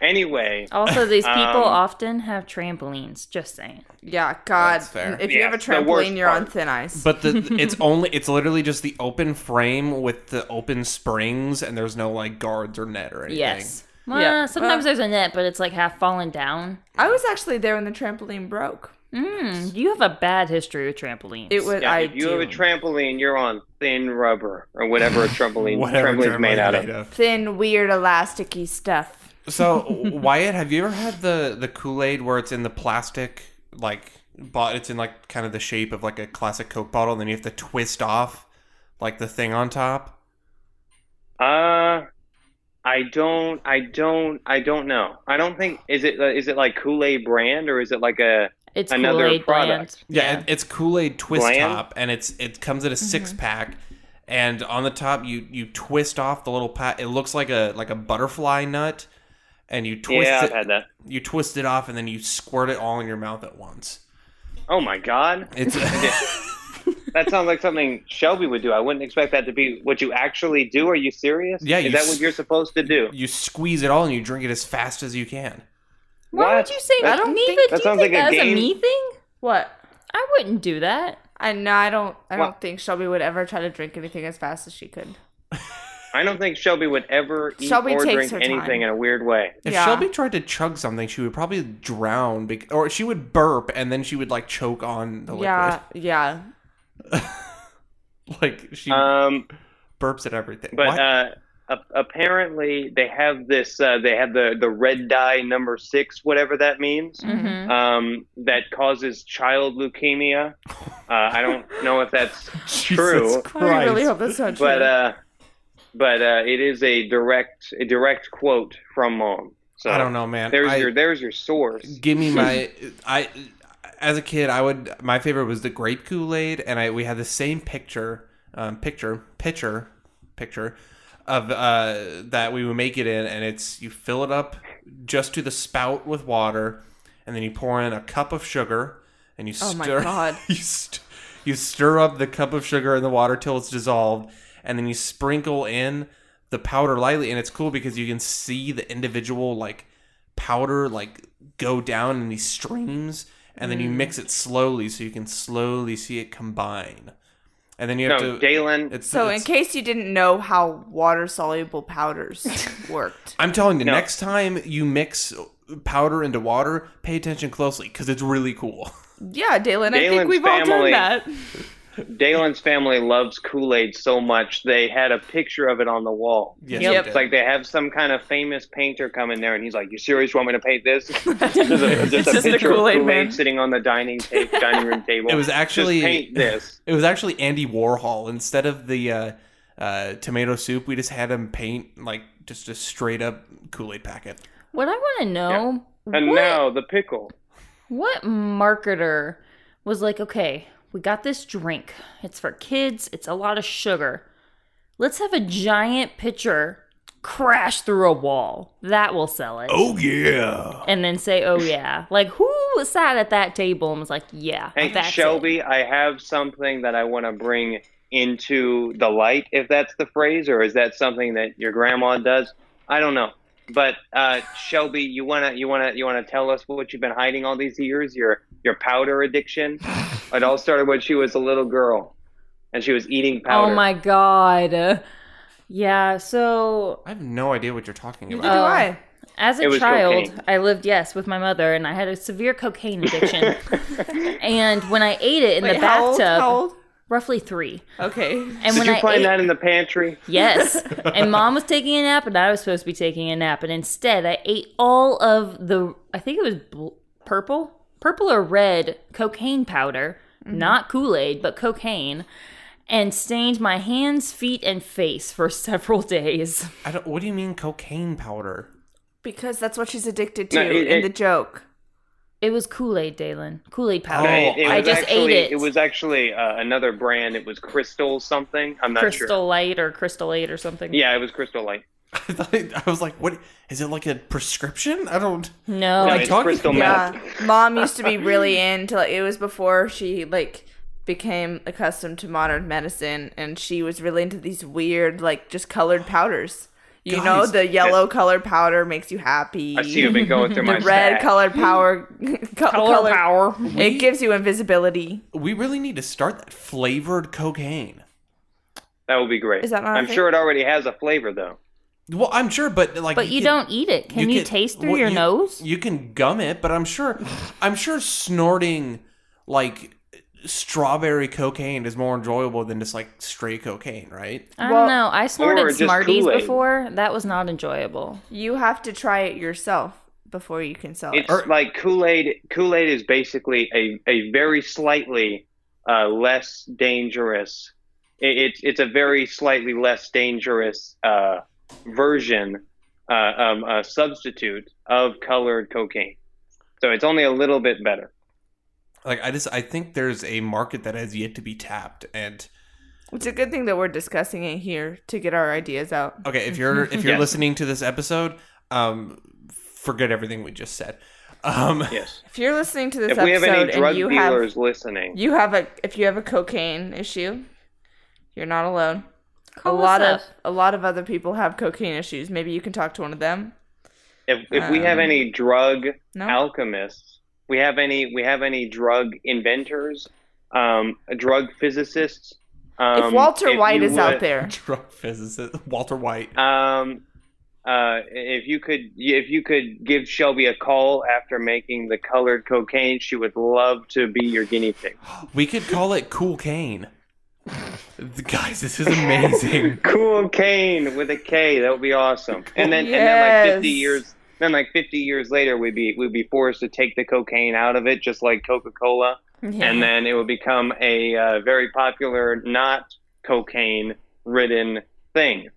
Speaker 1: Anyway,
Speaker 2: also, these people
Speaker 1: Um,
Speaker 2: often have trampolines. Just saying.
Speaker 3: yeah, God,
Speaker 4: That's fair.
Speaker 3: if you have a
Speaker 1: Yes, the worst
Speaker 3: trampoline, you're on
Speaker 1: part.
Speaker 3: thin ice.
Speaker 4: But the it's only it's literally just the open frame with the open springs, and there's no like guards or net or anything.
Speaker 2: Yes. Well,
Speaker 3: Yeah.
Speaker 2: sometimes
Speaker 3: Uh,
Speaker 2: there's a net, but it's like half fallen down.
Speaker 3: I was actually there when the trampoline broke.
Speaker 2: Mm, you have a bad history with trampolines.
Speaker 3: It was
Speaker 1: yeah,
Speaker 3: I
Speaker 1: if you have a
Speaker 3: do.
Speaker 1: trampoline, you're on thin rubber or whatever a trampoline
Speaker 4: Whatever
Speaker 1: trampoline's
Speaker 4: term
Speaker 1: made
Speaker 4: I'm
Speaker 1: out
Speaker 4: made
Speaker 1: of.
Speaker 3: thin, weird, elasticy stuff.
Speaker 4: So Wyatt, have you ever had the the Kool Aid where it's in the plastic like bot? It's in like kind of the shape of like a classic Coke bottle, and then you have to twist off like the thing on top.
Speaker 1: Uh, I don't, I don't, I don't know. I don't think is it uh, is it like Kool Aid brand or is it like a
Speaker 2: it's
Speaker 1: another
Speaker 2: Kool-Aid
Speaker 1: product.
Speaker 2: brand.
Speaker 4: Yeah, Mm-hmm. it- it's Kool Aid twist
Speaker 1: Bland?
Speaker 4: top, and it's it comes in a six pack, and on the top you you twist off the little pat. It looks like a like a butterfly nut, and you twist
Speaker 1: yeah?
Speaker 4: it.
Speaker 1: I've had that.
Speaker 4: you twist it off and then you squirt it all in your mouth at once.
Speaker 1: Oh my god,
Speaker 4: It's
Speaker 1: that sounds like something Shelby would do. I wouldn't expect that to be what you actually do. Are you serious?
Speaker 4: Yeah, you
Speaker 1: is that
Speaker 4: s-
Speaker 1: what you're supposed to do?
Speaker 4: you squeeze it all and you drink it as fast as you can.
Speaker 2: Why
Speaker 1: What?
Speaker 2: would you say
Speaker 1: That-
Speaker 2: I don't Neva,
Speaker 3: think-
Speaker 2: do
Speaker 1: that
Speaker 2: you
Speaker 1: sounds
Speaker 2: think
Speaker 1: like a
Speaker 2: that's a
Speaker 1: game-
Speaker 2: me thing?
Speaker 3: What?
Speaker 2: I wouldn't do that.
Speaker 3: I no, I don't. I
Speaker 1: What?
Speaker 3: don't think Shelby would ever try to drink anything as fast as she could.
Speaker 1: I don't think Shelby would ever eat
Speaker 3: Shelby
Speaker 1: or
Speaker 3: takes
Speaker 1: drink
Speaker 3: her
Speaker 1: anything
Speaker 3: time.
Speaker 1: in a weird way.
Speaker 4: If
Speaker 3: Yeah.
Speaker 4: Shelby tried to chug something, she would probably drown, bec- or she would burp and then she would like choke on the liquid.
Speaker 3: Yeah, yeah.
Speaker 4: Like she
Speaker 1: Um,
Speaker 4: burps at everything.
Speaker 1: but
Speaker 4: Why-
Speaker 1: uh, a- apparently they have this. Uh, they have the the red dye number six, whatever that means.
Speaker 2: Mm-hmm.
Speaker 1: um, that causes child leukemia. Uh, I don't know if that's true,
Speaker 3: I really
Speaker 4: Christ.
Speaker 3: hope that's not true.
Speaker 1: but uh, but uh, it is a direct a direct quote from mom. So
Speaker 4: I don't know, man.
Speaker 1: There's
Speaker 4: I-
Speaker 1: your there's your source.
Speaker 4: give me my I as a kid I would my favorite was the grape Kool-Aid and I we had the same picture um picture pitcher picture of uh that we would make it in and it's you fill it up just to the spout with water and then you pour in a cup of sugar and you
Speaker 3: Oh my
Speaker 4: stir
Speaker 3: God.
Speaker 4: you, st- you stir up the cup of sugar in the water till it's dissolved and then you sprinkle in the powder lightly and it's cool because you can see the individual like powder like go down in these streams and
Speaker 3: Mm.
Speaker 4: then you mix it slowly so you can slowly see it combine and then you have
Speaker 1: No,
Speaker 4: to
Speaker 1: Dalen.
Speaker 4: it's
Speaker 3: so, in
Speaker 4: it's-
Speaker 3: case you didn't know how water soluble powders worked,
Speaker 4: i'm telling you
Speaker 1: No.
Speaker 4: next time you mix powder into water pay attention closely because it's really cool
Speaker 3: yeah, Dalen, I think
Speaker 1: Dalen's
Speaker 3: we've all done
Speaker 1: family-
Speaker 3: that.
Speaker 1: Dalen's family loves Kool Aid so much they had a picture of it on the wall.
Speaker 4: yes,
Speaker 2: Yep.
Speaker 4: you
Speaker 1: It's
Speaker 4: did.
Speaker 1: like they have some kind of famous painter come in there, and he's like, "You serious? You want me to paint this?" There's a, just
Speaker 3: It's
Speaker 1: a
Speaker 3: just the
Speaker 1: picture
Speaker 3: Kool-Aid
Speaker 1: of Kool
Speaker 3: man.
Speaker 1: Aid sitting on the dining ta- dining room table.
Speaker 4: It was actually-
Speaker 1: just paint this.
Speaker 4: It was actually Andy Warhol. Instead of the uh, uh, tomato soup, we just had him paint like just a straight up Kool Aid packet.
Speaker 2: What I want to know,
Speaker 1: And
Speaker 2: what,
Speaker 1: now the pickle.
Speaker 2: what marketer was like, okay, we got this drink. It's for kids. It's a lot of sugar. Let's have a giant pitcher crash through a wall. That will sell it.
Speaker 4: Oh yeah!
Speaker 2: And then say, oh yeah. Like who sat at that table and was like, yeah,
Speaker 1: Hey,
Speaker 2: that's it?
Speaker 1: Shelby, I have something that I want to bring into the light, if that's the phrase, or is that something that your grandma does? I don't know. But uh, Shelby, you wanna you wanna you wanna tell us what you've been hiding all these years? Your your powder addiction. It all started when she was a little girl, and she was eating powder.
Speaker 2: Oh my god. Yeah. So
Speaker 4: I have no idea what you're talking
Speaker 3: Neither
Speaker 4: about.
Speaker 3: do
Speaker 2: Uh,
Speaker 3: I.
Speaker 2: As
Speaker 1: It
Speaker 2: a
Speaker 1: was
Speaker 2: child,
Speaker 1: cocaine.
Speaker 2: I lived yes with my mother, and I had a severe cocaine addiction. and when I ate it in
Speaker 3: Wait,
Speaker 2: the
Speaker 3: how old-
Speaker 2: bathtub,
Speaker 3: how old?
Speaker 2: roughly three.
Speaker 3: Okay.
Speaker 2: And
Speaker 1: Did
Speaker 2: when
Speaker 1: you
Speaker 2: I
Speaker 1: find
Speaker 2: ate,
Speaker 1: that in the pantry?
Speaker 2: yes, and mom was taking a nap, and I was supposed to be taking a nap, and instead I ate all of the I think it was bl- purple, purple or red cocaine powder,
Speaker 3: Mm-hmm.
Speaker 2: not Kool Aid, but cocaine, and stained my hands, feet, and face for several days.
Speaker 4: I don't. What do you mean cocaine powder?
Speaker 3: Because that's what she's addicted to
Speaker 1: No, it-
Speaker 3: in
Speaker 1: it-
Speaker 3: the joke.
Speaker 2: It was Kool Aid, Dalen. Kool Aid
Speaker 4: Oh,
Speaker 2: powder. I
Speaker 1: was
Speaker 2: just ate
Speaker 1: actually,
Speaker 2: it.
Speaker 1: was actually uh, another brand. It was Crystal something. I'm not
Speaker 2: Crystal
Speaker 1: sure.
Speaker 2: Light or Crystal Aid or something.
Speaker 1: Yeah, it was Crystal Light.
Speaker 4: I thought I was like, what is it like a prescription? I don't.
Speaker 2: No.
Speaker 1: no,
Speaker 4: I
Speaker 2: Oh, I-
Speaker 1: it's
Speaker 4: talking-
Speaker 1: Crystal Meth.
Speaker 3: Yeah. Mom used to be really into like it was before she like became accustomed to modern medicine and she was really into these weird like just colored powders. You know,
Speaker 4: Guys.
Speaker 3: the yellow colored powder makes you happy.
Speaker 1: I see you've been going through my
Speaker 3: the red
Speaker 1: stack.
Speaker 3: colored powder co-
Speaker 2: Color
Speaker 3: color-
Speaker 2: power.
Speaker 3: It gives you invisibility.
Speaker 4: We really need to start that flavored cocaine.
Speaker 1: That would be great.
Speaker 3: Is that not a
Speaker 1: I'm
Speaker 3: thing?
Speaker 1: sure it already has a flavor though.
Speaker 4: Well, I'm sure, but like,
Speaker 2: But you,
Speaker 4: can-
Speaker 2: don't eat it. Can you,
Speaker 4: can-
Speaker 2: taste through
Speaker 4: well,
Speaker 2: your
Speaker 4: you-
Speaker 2: nose?
Speaker 4: You can gum it, but I'm sure, I'm sure snorting like strawberry cocaine is more enjoyable than just like straight cocaine, right?
Speaker 2: I
Speaker 3: Well-
Speaker 2: don't know. I
Speaker 1: Or
Speaker 2: snorted
Speaker 1: just
Speaker 2: Smarties
Speaker 1: Kool-Aid.
Speaker 2: before. That was not enjoyable.
Speaker 3: You have to try it yourself before you can sell
Speaker 1: It's
Speaker 3: it.
Speaker 4: Or-
Speaker 1: like Kool Aid. Kool Aid is basically a, a very slightly uh, less dangerous. It, it's it's a very slightly less dangerous uh, version, uh, um, a substitute of colored cocaine. So it's only a little bit better.
Speaker 4: Like, I just I think there's a market that has yet to be tapped, and
Speaker 3: It's a good thing that we're discussing it here to get our ideas out.
Speaker 4: Okay, if you're if you're
Speaker 1: Yes.
Speaker 4: listening to this episode, um, forget everything we just said. Um,
Speaker 1: Yes.
Speaker 3: If you're listening to this
Speaker 1: if we have
Speaker 3: episode
Speaker 1: any drug
Speaker 3: and you have
Speaker 1: dealers listening,
Speaker 3: you have a if you have a cocaine issue, you're not alone.
Speaker 2: Call
Speaker 3: a lot
Speaker 2: us
Speaker 3: of a lot of other people have cocaine issues. Maybe you can talk to one of them.
Speaker 1: if if we have
Speaker 3: Um,
Speaker 1: any drug
Speaker 3: No,
Speaker 1: alchemists, we have any we have any drug inventors, um, drug physicists. Um,
Speaker 3: if Walter White
Speaker 1: you
Speaker 3: is out
Speaker 1: would-
Speaker 3: there,
Speaker 4: drug physicist Walter White.
Speaker 1: Um, uh, if you could, if you could give Shelby a call after making the colored cocaine, she would love to be your guinea pig.
Speaker 4: We could call it Cool Cane. Guys, this is amazing.
Speaker 1: Cool cane with a K, that would be awesome. And then, and then like fifty
Speaker 3: Yes.
Speaker 1: years, then like fifty years later, we'd be we'd be forced to take the cocaine out of it, just like Coca Cola, and then it would become a uh, very popular, not cocaine ridden thing.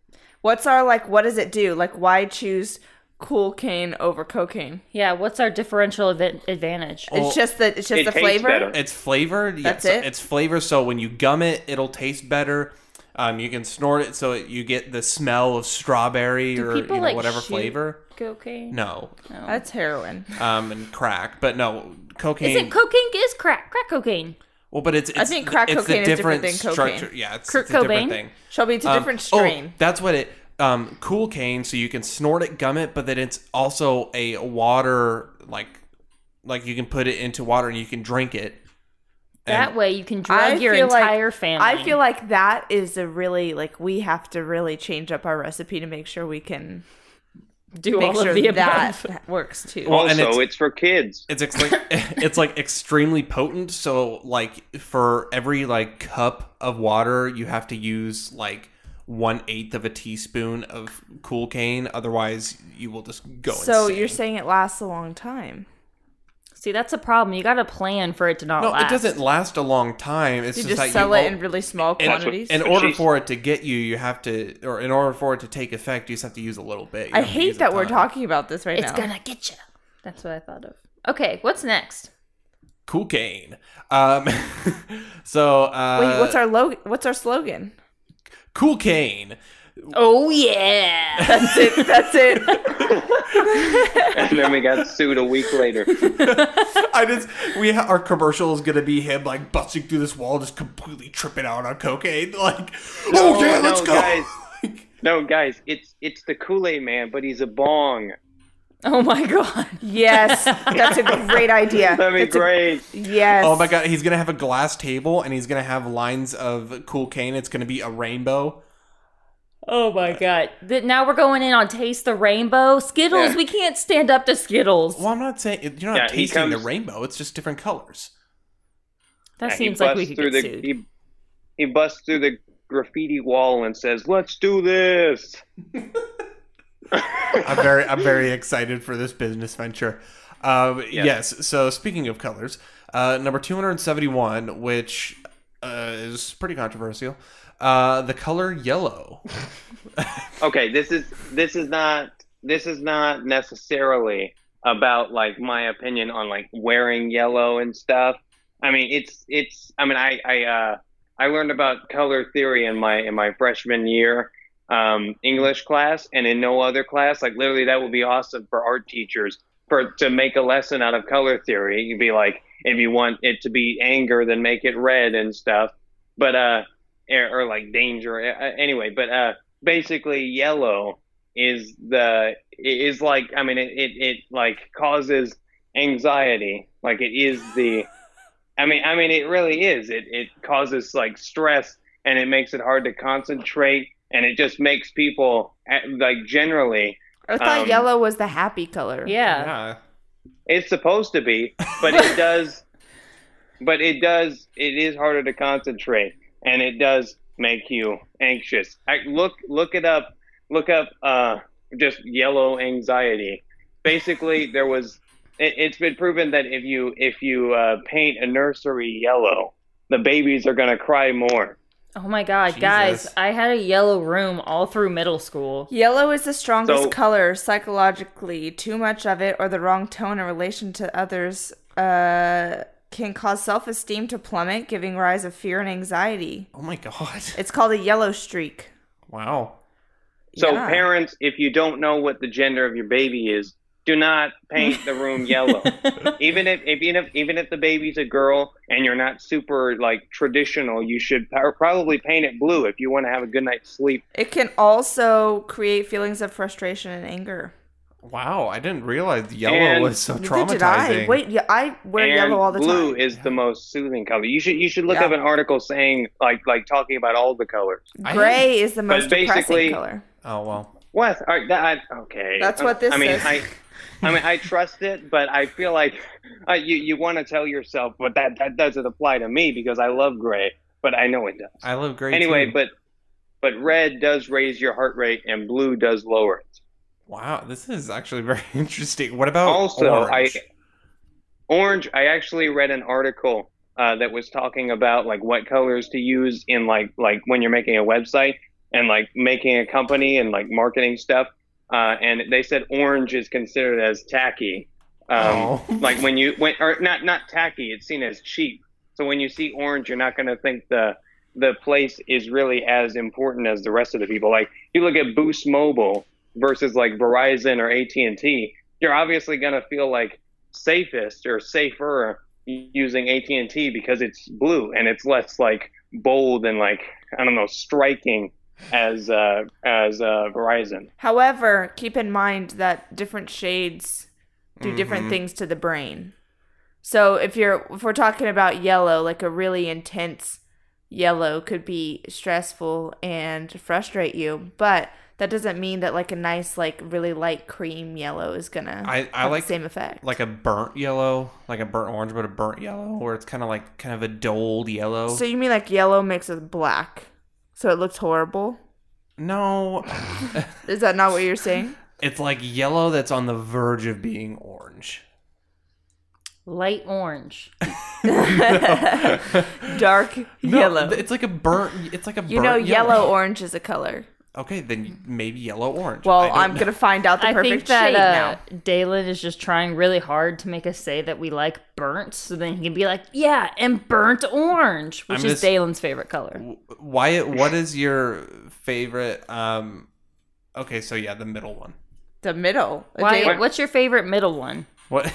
Speaker 3: what's our like? What does it do? Like, why choose cool cane over cocaine?
Speaker 2: Yeah, what's our differential event advantage?
Speaker 4: Oh, Well,
Speaker 3: it's just that it's just
Speaker 1: it
Speaker 3: the
Speaker 1: tastes
Speaker 3: flavor.
Speaker 1: better.
Speaker 4: It's flavored. yeah,
Speaker 3: That's
Speaker 4: so
Speaker 3: it?
Speaker 4: It's flavor. So when you gum it, it'll taste better. Um, you can snort it, so you get the smell of strawberry
Speaker 2: Do
Speaker 4: or you know,
Speaker 2: people, like,
Speaker 4: whatever
Speaker 2: shoot?
Speaker 4: flavor.
Speaker 2: Cocaine?
Speaker 4: No,
Speaker 2: No.
Speaker 3: That's heroin.
Speaker 4: um, and crack, but no cocaine.
Speaker 2: Is it cocaine? Is crack crack cocaine?
Speaker 4: well, but it's, it's
Speaker 3: think crack
Speaker 4: it's
Speaker 3: cocaine is
Speaker 4: the
Speaker 3: different
Speaker 4: different
Speaker 3: than cocaine.
Speaker 4: structure. Yeah, it's,
Speaker 2: Kurt
Speaker 4: it's a
Speaker 2: Cobain?
Speaker 4: different thing.
Speaker 3: Shelby, it's a
Speaker 4: Um,
Speaker 3: different
Speaker 4: oh,
Speaker 3: strain.
Speaker 4: that's what it. Um, cool cane, so you can snort it, gum it, but then it's also a water like, like you can put it into water and you can drink it.
Speaker 2: That
Speaker 4: And-
Speaker 2: way you can drug your
Speaker 3: feel like-
Speaker 2: entire family.
Speaker 3: I feel like that is a really like we have to really change up our recipe to make sure we can
Speaker 2: do
Speaker 3: make
Speaker 2: all
Speaker 3: sure
Speaker 2: of the above.
Speaker 3: that works too.
Speaker 4: Well, and
Speaker 1: also,
Speaker 4: it's-
Speaker 1: it's for kids.
Speaker 4: It's ex- like it's like extremely potent. So like for every like cup of water, you have to use like one eighth of a teaspoon of cool cane. Otherwise, you will just go.
Speaker 1: Oh,
Speaker 3: so
Speaker 4: insane.
Speaker 3: you're saying it lasts a long time.
Speaker 2: See, that's a problem. You got to plan for it to not
Speaker 4: no,
Speaker 2: last.
Speaker 4: it doesn't last a long time. It's
Speaker 3: You
Speaker 4: just,
Speaker 3: just,
Speaker 4: that you
Speaker 3: sell it
Speaker 4: al-
Speaker 3: in really small
Speaker 4: in-
Speaker 3: quantities.
Speaker 4: In
Speaker 1: But
Speaker 4: order
Speaker 1: she's-
Speaker 4: for it to get you, you have to, or in order for it to take effect, you just have to use a little bit. You
Speaker 3: I
Speaker 4: don't have to use
Speaker 3: hate
Speaker 4: a
Speaker 3: that we're
Speaker 4: ton.
Speaker 3: talking about this right
Speaker 2: It's
Speaker 3: now.
Speaker 2: gonna get you. That's what I thought of. Okay, what's next?
Speaker 4: Cool cane. Um, so uh,
Speaker 3: Wait, what's our lo- what's our slogan?
Speaker 4: cool cane?
Speaker 2: Oh yeah.
Speaker 3: That's it. That's it.
Speaker 1: and then we got sued a week later.
Speaker 4: I just we ha- our commercial is gonna be him like busting through this wall, just completely tripping out on cocaine. Like, oh
Speaker 1: No,
Speaker 4: yeah,
Speaker 1: no,
Speaker 4: let's go.
Speaker 1: guys.
Speaker 4: Like,
Speaker 1: No, guys, it's it's the Kool Aid Man, but he's a bong.
Speaker 2: oh my god.
Speaker 3: yes, that's a great idea.
Speaker 1: That'd be
Speaker 3: That's a-
Speaker 1: great.
Speaker 3: yes.
Speaker 4: oh my god, he's gonna have a glass table and he's gonna have lines of cool cane. It's gonna be a rainbow.
Speaker 2: Oh my god! Th- Now we're going in on taste the rainbow Skittles.
Speaker 1: Yeah.
Speaker 2: We can't stand up to Skittles.
Speaker 4: Well, I'm not saying you're not
Speaker 1: Yeah, he
Speaker 4: tasting the
Speaker 1: comes-
Speaker 4: rainbow. It's just different colors.
Speaker 2: that
Speaker 1: Yeah, he
Speaker 2: seems like we
Speaker 1: busts
Speaker 2: could
Speaker 1: through
Speaker 2: get
Speaker 1: the,
Speaker 2: sued.
Speaker 1: He, he busts through the graffiti wall and says, "Let's do this."
Speaker 4: I'm very I'm very excited for this business venture. Um, yes. So speaking of colors, uh, number 271, which uh, is pretty controversial, uh, the color yellow.
Speaker 1: Okay, this is this is not this is not necessarily about like my opinion on like wearing yellow and stuff. I mean, it's it's. I mean, I I uh, I learned about color theory in my in my freshman year um, English class, and in no other class. Like literally, that would be awesome for art teachers for to make a lesson out of color theory. You'd be like, if you want it to be anger, then make it red and stuff. But uh, or, or like danger. Uh, anyway, but uh, basically, yellow is the is like. I mean, it it, it like causes anxiety. Like it is the. I mean, I mean, it really is. It it causes like stress and it makes it hard to concentrate and it just makes people eh, like generally
Speaker 3: I thought
Speaker 1: Um,
Speaker 3: yellow was the happy color.
Speaker 2: yeah.
Speaker 1: it's supposed to be, but it does. But it does. It is harder to concentrate, and it does make you anxious. I, look, look it up. Look up. Uh, just yellow anxiety. Basically, there was. It, it's been proven that if you if you uh, paint a nursery yellow, the babies are gonna cry more.
Speaker 2: Oh my god, guys!
Speaker 4: Jesus.
Speaker 2: I had a yellow room all through middle school.
Speaker 3: Yellow is the strongest
Speaker 1: So-
Speaker 3: color psychologically. Too much of it or the wrong tone in relation to others uh, can cause self esteem to plummet, giving rise of fear and anxiety.
Speaker 4: Oh my god.
Speaker 3: It's called a yellow streak.
Speaker 4: Wow.
Speaker 1: So
Speaker 3: Yeah.
Speaker 1: parents, if you don't know what the gender of your baby is, do not paint the room yellow. even if, if even if even if the baby's a girl and you're not super like traditional, you should par- probably paint it blue if you want to have a good night's sleep.
Speaker 3: It can also create feelings of frustration and anger.
Speaker 4: Wow. I didn't realize yellow
Speaker 1: And-
Speaker 4: was so
Speaker 3: Neither
Speaker 4: traumatizing.
Speaker 3: Did I? Wait, yeah, I wear
Speaker 1: and
Speaker 3: yellow all the
Speaker 1: blue
Speaker 3: time.
Speaker 1: is the most soothing color. You should you should look
Speaker 3: Yeah.
Speaker 1: up an article saying like like talking about all the colors.
Speaker 4: I-
Speaker 3: Gray is the most
Speaker 1: basically-
Speaker 3: depressing color.
Speaker 4: Oh well.
Speaker 1: What? All right, that, I- okay.
Speaker 3: That's what this
Speaker 1: I mean,
Speaker 3: is.
Speaker 1: I, I mean, I trust it, but I feel like uh, you you want to tell yourself, but that that doesn't apply to me because I love gray, but I know it does.
Speaker 4: I love gray.
Speaker 1: anyway,
Speaker 4: too.
Speaker 1: but but red does raise your heart rate, and blue does lower it.
Speaker 4: wow, this is actually very interesting. What about
Speaker 1: also
Speaker 4: orange?
Speaker 1: i orange i actually read an article uh, that was talking about like what colors to use in like like when you're making a website and like making a company and like marketing stuff uh, and they said orange is considered as tacky um,
Speaker 4: Oh.
Speaker 1: like when you when or not not tacky it's seen as cheap so when you see orange you're not going to think the the place is really as important as the rest of the people like you look at boost mobile versus like verizon or at&t you're obviously going to feel like safest or safer using at&t because it's blue and it's less like bold and like i don't know striking as uh as uh verizon
Speaker 3: However, keep in mind that different shades do
Speaker 4: Mhm.
Speaker 3: different things to the brain. So if you're if we're talking about yellow, like a really intense yellow could be stressful and frustrate you, but that doesn't mean that like a nice like really light cream yellow is gonna
Speaker 4: I, I
Speaker 3: have
Speaker 4: like
Speaker 3: the same effect.
Speaker 4: like a burnt yellow, like a burnt orange, but a burnt yellow, where it's kind of like kind of a dulled yellow.
Speaker 3: so you mean like yellow mixed with black, so it looks horrible?
Speaker 4: no,
Speaker 3: Is that not what you're saying?
Speaker 4: it's like yellow that's on the verge of being orange.
Speaker 2: Light orange.
Speaker 3: Dark
Speaker 4: No,
Speaker 3: yellow.
Speaker 4: th- It's like a burnt. It's like a
Speaker 3: you
Speaker 4: burnt
Speaker 3: know, yellow orange is a color.
Speaker 4: Okay, then maybe yellow orange. I
Speaker 3: Well,
Speaker 4: don't
Speaker 3: I'm
Speaker 4: know.
Speaker 3: gonna find out the
Speaker 2: I
Speaker 3: perfect
Speaker 2: think that
Speaker 3: shade
Speaker 2: uh,
Speaker 3: now.
Speaker 2: Dalen is just trying really hard to make us say that we like burnt, so then he can be like, "Yeah, and burnt orange," which
Speaker 4: I'm
Speaker 2: is
Speaker 4: just-
Speaker 2: Dalen's favorite color.
Speaker 4: W- Wyatt, what is your favorite? Um, okay, so yeah, the middle one.
Speaker 3: The middle. A
Speaker 2: Why?
Speaker 3: day-
Speaker 2: What's your favorite middle one?
Speaker 4: What?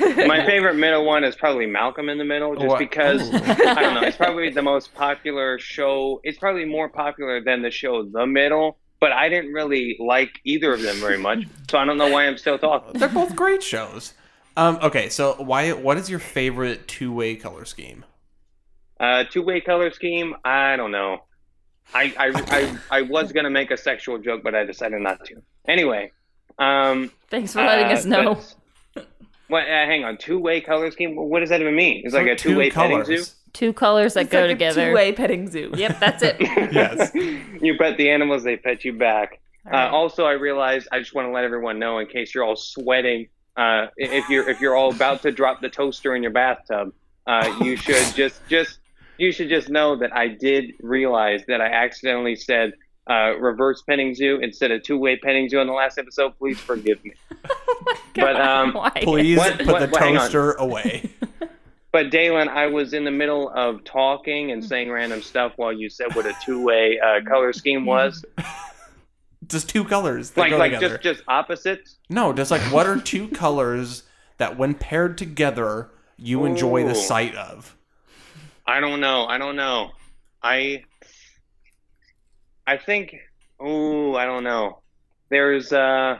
Speaker 1: my favorite middle one is probably Malcolm in the Middle, just
Speaker 4: What? Oh,
Speaker 1: because
Speaker 4: Ooh.
Speaker 1: I don't know. It's probably the most popular show. It's probably more popular than the show The Middle, but I didn't really like either of them very much, so I don't know why I'm still talking.
Speaker 4: They're both great shows. Um, okay, so Wyatt, what is your favorite two-way color scheme?
Speaker 1: Uh, two way color scheme. I don't know. I I, I, I was gonna make a sexual joke, but I decided not to. Anyway, um,
Speaker 2: Thanks for letting
Speaker 1: uh,
Speaker 2: us know.
Speaker 1: but- What? Uh, hang on, two-way color scheme. What does that even mean? It's like a two-way petting zoo.
Speaker 2: Two colors that
Speaker 3: It's
Speaker 2: go
Speaker 3: like a
Speaker 2: together.
Speaker 3: Two-way petting zoo.
Speaker 2: Yep, that's it.
Speaker 4: Yes.
Speaker 1: you pet the animals, they pet you back.
Speaker 2: All right.
Speaker 1: Uh, also, I realized I just want to let everyone know in case you're all sweating. Uh, i- if you're if you're all about to drop the toaster in your bathtub, uh, you should just just you should just know that I did realize that I accidentally said uh, reverse petting zoo instead of two way petting zoo in the last episode. Please forgive me. but um,
Speaker 2: Why?
Speaker 4: Please
Speaker 1: What-
Speaker 4: put
Speaker 1: what-
Speaker 4: the
Speaker 1: what- hang on.
Speaker 4: toaster away.
Speaker 1: but Dalen, I was in the middle of talking and saying random stuff while you said what a two way uh, color scheme was,
Speaker 4: Just two colors that
Speaker 1: like
Speaker 4: go
Speaker 1: like
Speaker 4: together.
Speaker 1: just just opposites.
Speaker 4: No, just like what are two colors that when paired together you enjoy
Speaker 1: Ooh.
Speaker 4: the sight of?
Speaker 1: I don't know. I don't know. I I think oh, I don't know. There's uh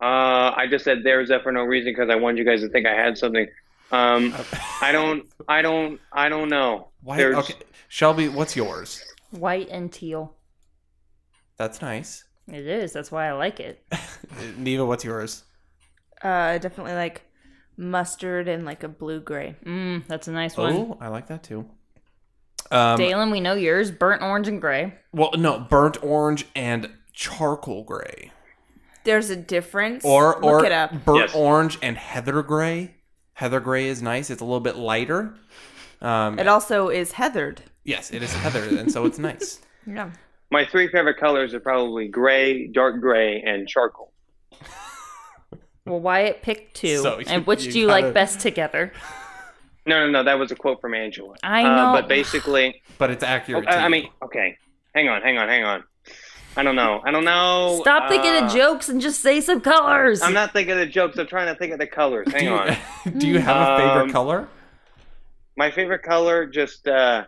Speaker 1: uh I just said there's that for no reason because I wanted you guys to think I had something. Um I don't I don't I don't know.
Speaker 4: Why
Speaker 1: There's
Speaker 4: okay. Shelby, what's yours?
Speaker 2: White and teal.
Speaker 4: That's nice. Uh,
Speaker 2: It is. That's why I like it.
Speaker 4: Neva, what's yours?
Speaker 3: Uh, definitely like mustard and like a blue gray.
Speaker 2: Mm, that's a nice one.
Speaker 4: Oh, I like that too. Um,
Speaker 2: Dalen, we know yours. Burnt orange and gray.
Speaker 4: well, no, burnt orange and charcoal gray,
Speaker 3: There's a difference.
Speaker 4: or
Speaker 3: look
Speaker 4: or
Speaker 3: it up.
Speaker 4: burnt
Speaker 1: Yes.
Speaker 4: orange and heather gray. Heather gray is nice. It's a little bit lighter. Um,
Speaker 3: It also is heathered.
Speaker 4: yes, it is heather, and so it's nice.
Speaker 3: Yeah.
Speaker 1: my three favorite colors are probably gray, dark gray, and charcoal.
Speaker 2: Well, Wyatt picked two.
Speaker 4: So you-
Speaker 2: and which
Speaker 4: you
Speaker 2: do you
Speaker 4: gotta-
Speaker 2: like best together?
Speaker 1: No, no, no, that was a quote from Angela.
Speaker 2: I
Speaker 1: Uh,
Speaker 2: know.
Speaker 1: but basically,
Speaker 4: But it's accurate.
Speaker 1: Oh, I,
Speaker 4: to
Speaker 1: I
Speaker 4: you.
Speaker 1: mean, okay. Hang on, hang on, hang on. I don't know. I don't know.
Speaker 2: Stop thinking
Speaker 1: Uh,
Speaker 2: of jokes and just say some colors.
Speaker 1: I'm not thinking of the jokes. I'm trying to think of the colors.
Speaker 4: do
Speaker 1: Hang
Speaker 4: you,
Speaker 1: on.
Speaker 4: do you have a favorite
Speaker 1: Um,
Speaker 4: color?
Speaker 1: My favorite color, just uh,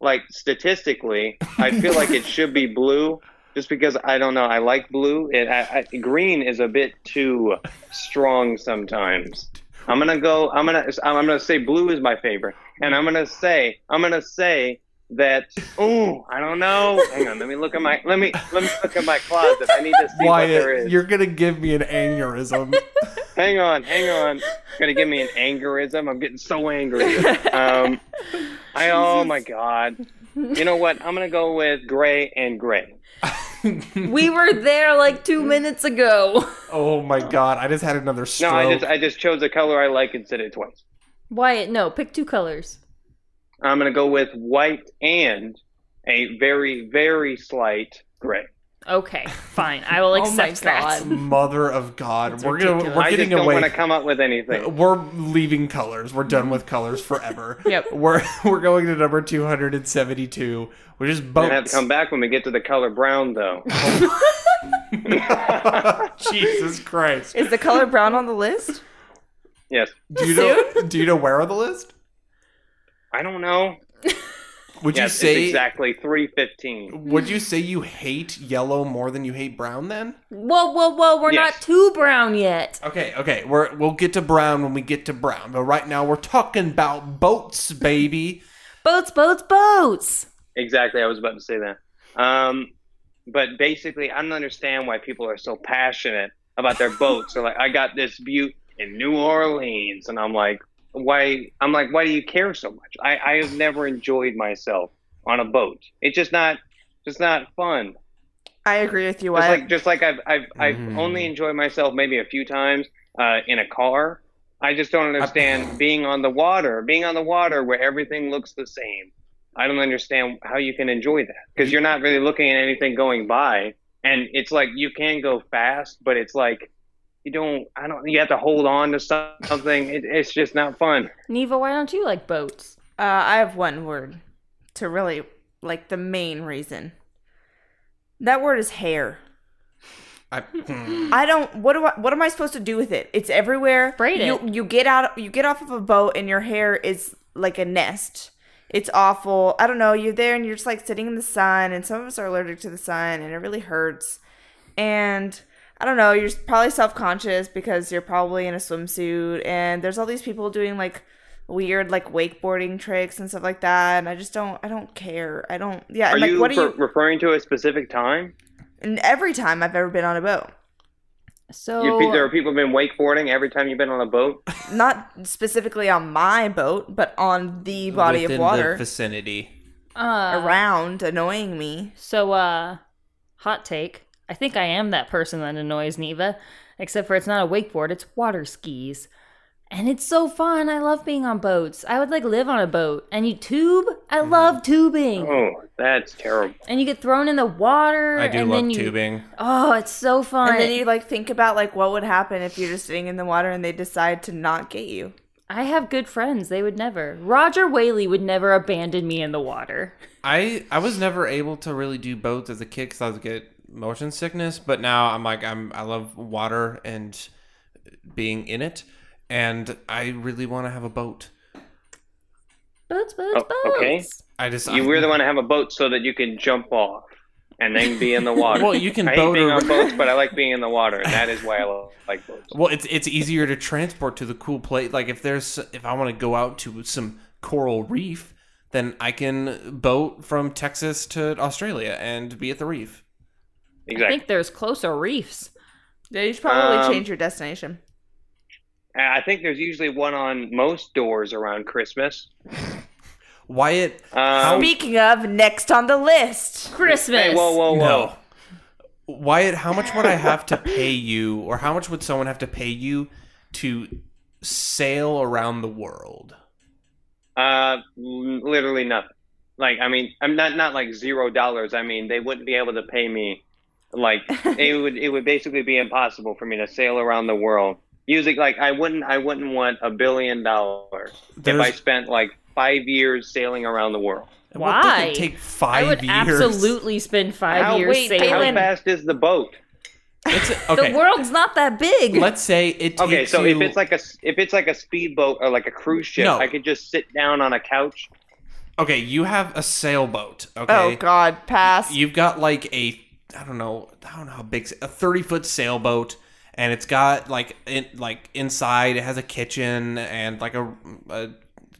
Speaker 1: like statistically, I feel like it should be blue. Just because I don't know, I like blue. It I, I, green is a bit too strong sometimes. I'm gonna go. I'm gonna. I'm gonna say blue is my favorite, and I'm gonna say. I'm gonna say that. Oh, I don't know. Hang on. Let me look at my. Let me. Let me look at my closet. I need to see what there is.
Speaker 4: you're gonna give me an aneurysm.
Speaker 1: Hang on, hang on. It's gonna give me an angerism. I'm getting so angry. Um, I oh my god. You know what? I'm gonna go with gray and gray.
Speaker 2: we were there like two minutes ago.
Speaker 4: oh my god! I just had another
Speaker 1: No,
Speaker 4: stroke.
Speaker 1: I just I just chose a color I like and said it twice.
Speaker 2: Wyatt, no, pick two colors.
Speaker 1: I'm gonna go with white and a very very slight gray.
Speaker 2: Okay, fine. I will
Speaker 3: my
Speaker 2: accept that.
Speaker 3: God.
Speaker 4: Mother of God, we're gonna
Speaker 3: ridiculous.
Speaker 4: we're
Speaker 1: I just
Speaker 4: getting
Speaker 1: don't want to
Speaker 4: away.
Speaker 1: come up with anything.
Speaker 4: We're leaving colors. We're done with colors forever.
Speaker 3: Yep.
Speaker 4: We're we're going to number two hundred and seventy two, which is
Speaker 1: I'm gonna have to
Speaker 4: boats.
Speaker 1: come back when we get to the color brown, though.
Speaker 4: Jesus Christ!
Speaker 3: Is the color brown on the list?
Speaker 1: yes,
Speaker 4: Do you know? Do you know where on the list?
Speaker 1: I don't know.
Speaker 4: Would
Speaker 1: yes,
Speaker 4: you say
Speaker 1: it's exactly three fifteen?
Speaker 4: Would you say you hate yellow more than you hate brown? Then
Speaker 2: Whoa, whoa, whoa! We're
Speaker 1: Yes.
Speaker 2: not too brown yet.
Speaker 4: Okay, okay. We're we'll get to brown when we get to brown. But right now we're talking about boats, baby.
Speaker 2: Boats, boats, boats.
Speaker 1: Exactly, I was about to say that. Um, but basically, I don't understand why people are so passionate about their boats. They're like, I got this butte in New Orleans, and I'm like, why? I'm like, why do you care so much? I, I have never enjoyed myself on a boat. It's just not, just not fun.
Speaker 3: I agree with you,
Speaker 1: Just
Speaker 3: Wyatt.
Speaker 1: like, just like I've, I've, I've
Speaker 4: Mm.
Speaker 1: only enjoyed myself maybe a few times uh, in a car. I just don't understand being on the water, being on the water where everything looks the same. I don't understand how you can enjoy that because you're not really looking at anything going by, and it's like you can go fast, but it's like you don't. I don't. You have to hold on to some- something. It, it's just not fun.
Speaker 2: Neva, why don't you like boats?
Speaker 3: Uh, I have one word to really like the main reason. That word is hair.
Speaker 4: I, hmm.
Speaker 3: I don't. What do I? What am I supposed to do with it? It's everywhere.
Speaker 2: Braid it.
Speaker 3: You you get out. You get off of a boat, and your hair is like a nest. It's awful. I don't know. You're there, and you're just like sitting in the sun, and some of us are allergic to the sun, and it really hurts. And I don't know. You're probably self conscious because you're probably in a swimsuit, and there's all these people doing like weird like wakeboarding tricks and stuff like that and i just don't i don't care i don't yeah
Speaker 1: Are
Speaker 3: and, like
Speaker 1: you,
Speaker 3: what do
Speaker 1: for-
Speaker 3: you
Speaker 1: referring to a specific time?
Speaker 3: and every time i've ever been on a boat
Speaker 1: You- there are
Speaker 2: So
Speaker 1: people who've been wakeboarding every time you've been on a boat.
Speaker 3: not specifically on my boat but on the body
Speaker 4: Within
Speaker 3: of water
Speaker 4: the vicinity.
Speaker 2: uh,
Speaker 3: around annoying me
Speaker 2: so uh hot take. I think I am that person that annoys Neva, except for it's not a wakeboard, it's water skis. And it's so fun. I love being on boats. I would like live on a boat. And you tube? I love tubing.
Speaker 1: Oh, that's terrible.
Speaker 2: And you get thrown in the water.
Speaker 4: I do
Speaker 2: and
Speaker 4: love
Speaker 2: then you,
Speaker 4: tubing.
Speaker 2: Oh, it's so fun.
Speaker 3: and then you like think about like what would happen if you're just sitting in the water and they decide to not get you
Speaker 2: I have good friends. They would never. Roger Whaley would never abandon me in the water.
Speaker 4: I I was never able to really do boats as a kid because I would get motion sickness. But now I'm like I'm I love water and being in it, and I really want to have a boat.
Speaker 2: Boats, boats,
Speaker 1: Oh,
Speaker 2: boats.
Speaker 1: okay.
Speaker 4: I just
Speaker 1: You were the one to have a boat so that you can jump off and then be in the water.
Speaker 4: Well, you can
Speaker 1: I hate
Speaker 4: boat
Speaker 1: being on
Speaker 4: or
Speaker 1: boats, but I like being in the water, and that is why I love, like boats.
Speaker 4: well, it's it's easier to transport to the cool place. Like if there's if I want to go out to some coral reef, then I can boat from Texas to Australia and be at the reef.
Speaker 2: I
Speaker 1: Exactly.
Speaker 2: think there's closer reefs.
Speaker 3: yeah you should probably
Speaker 1: Um,
Speaker 3: change your destination
Speaker 1: And I think there's usually one on most doors around Christmas.
Speaker 4: Wyatt,
Speaker 1: Um,
Speaker 3: speaking of next on the list
Speaker 2: Christmas.
Speaker 1: hey, whoa, whoa, whoa!
Speaker 4: No. Wyatt, how much would I have to pay you, or how much would someone have to pay you to sail around the world?
Speaker 1: Uh, l- literally nothing. Like, I mean, I'm not not like zero dollars. I mean, they wouldn't be able to pay me. Like, it would it would basically be impossible for me to sail around the world using like I wouldn't I wouldn't want a billion dollars if I
Speaker 4: There's-
Speaker 1: spent like five years sailing around the world.
Speaker 4: It would fucking
Speaker 2: Why?
Speaker 4: take
Speaker 2: I
Speaker 4: five
Speaker 2: would
Speaker 4: years.
Speaker 2: absolutely spend five
Speaker 1: How-
Speaker 2: years
Speaker 3: wait,
Speaker 2: sailing.
Speaker 1: How
Speaker 3: Galen-
Speaker 1: fast is the boat?
Speaker 4: It's,
Speaker 2: The
Speaker 4: okay,
Speaker 2: world's not that big.
Speaker 4: let's say it takes
Speaker 1: Okay, so
Speaker 4: you,
Speaker 1: if it's like a s- if it's like a speedboat or like a cruise ship,
Speaker 4: No.
Speaker 1: I could just sit down on a couch.
Speaker 4: okay, you have a sailboat.
Speaker 3: oh
Speaker 4: Okay,
Speaker 3: god pass
Speaker 4: you've got like a I don't know I don't know how big a thirty foot sailboat, and it's got like in like inside it has a kitchen and like a, a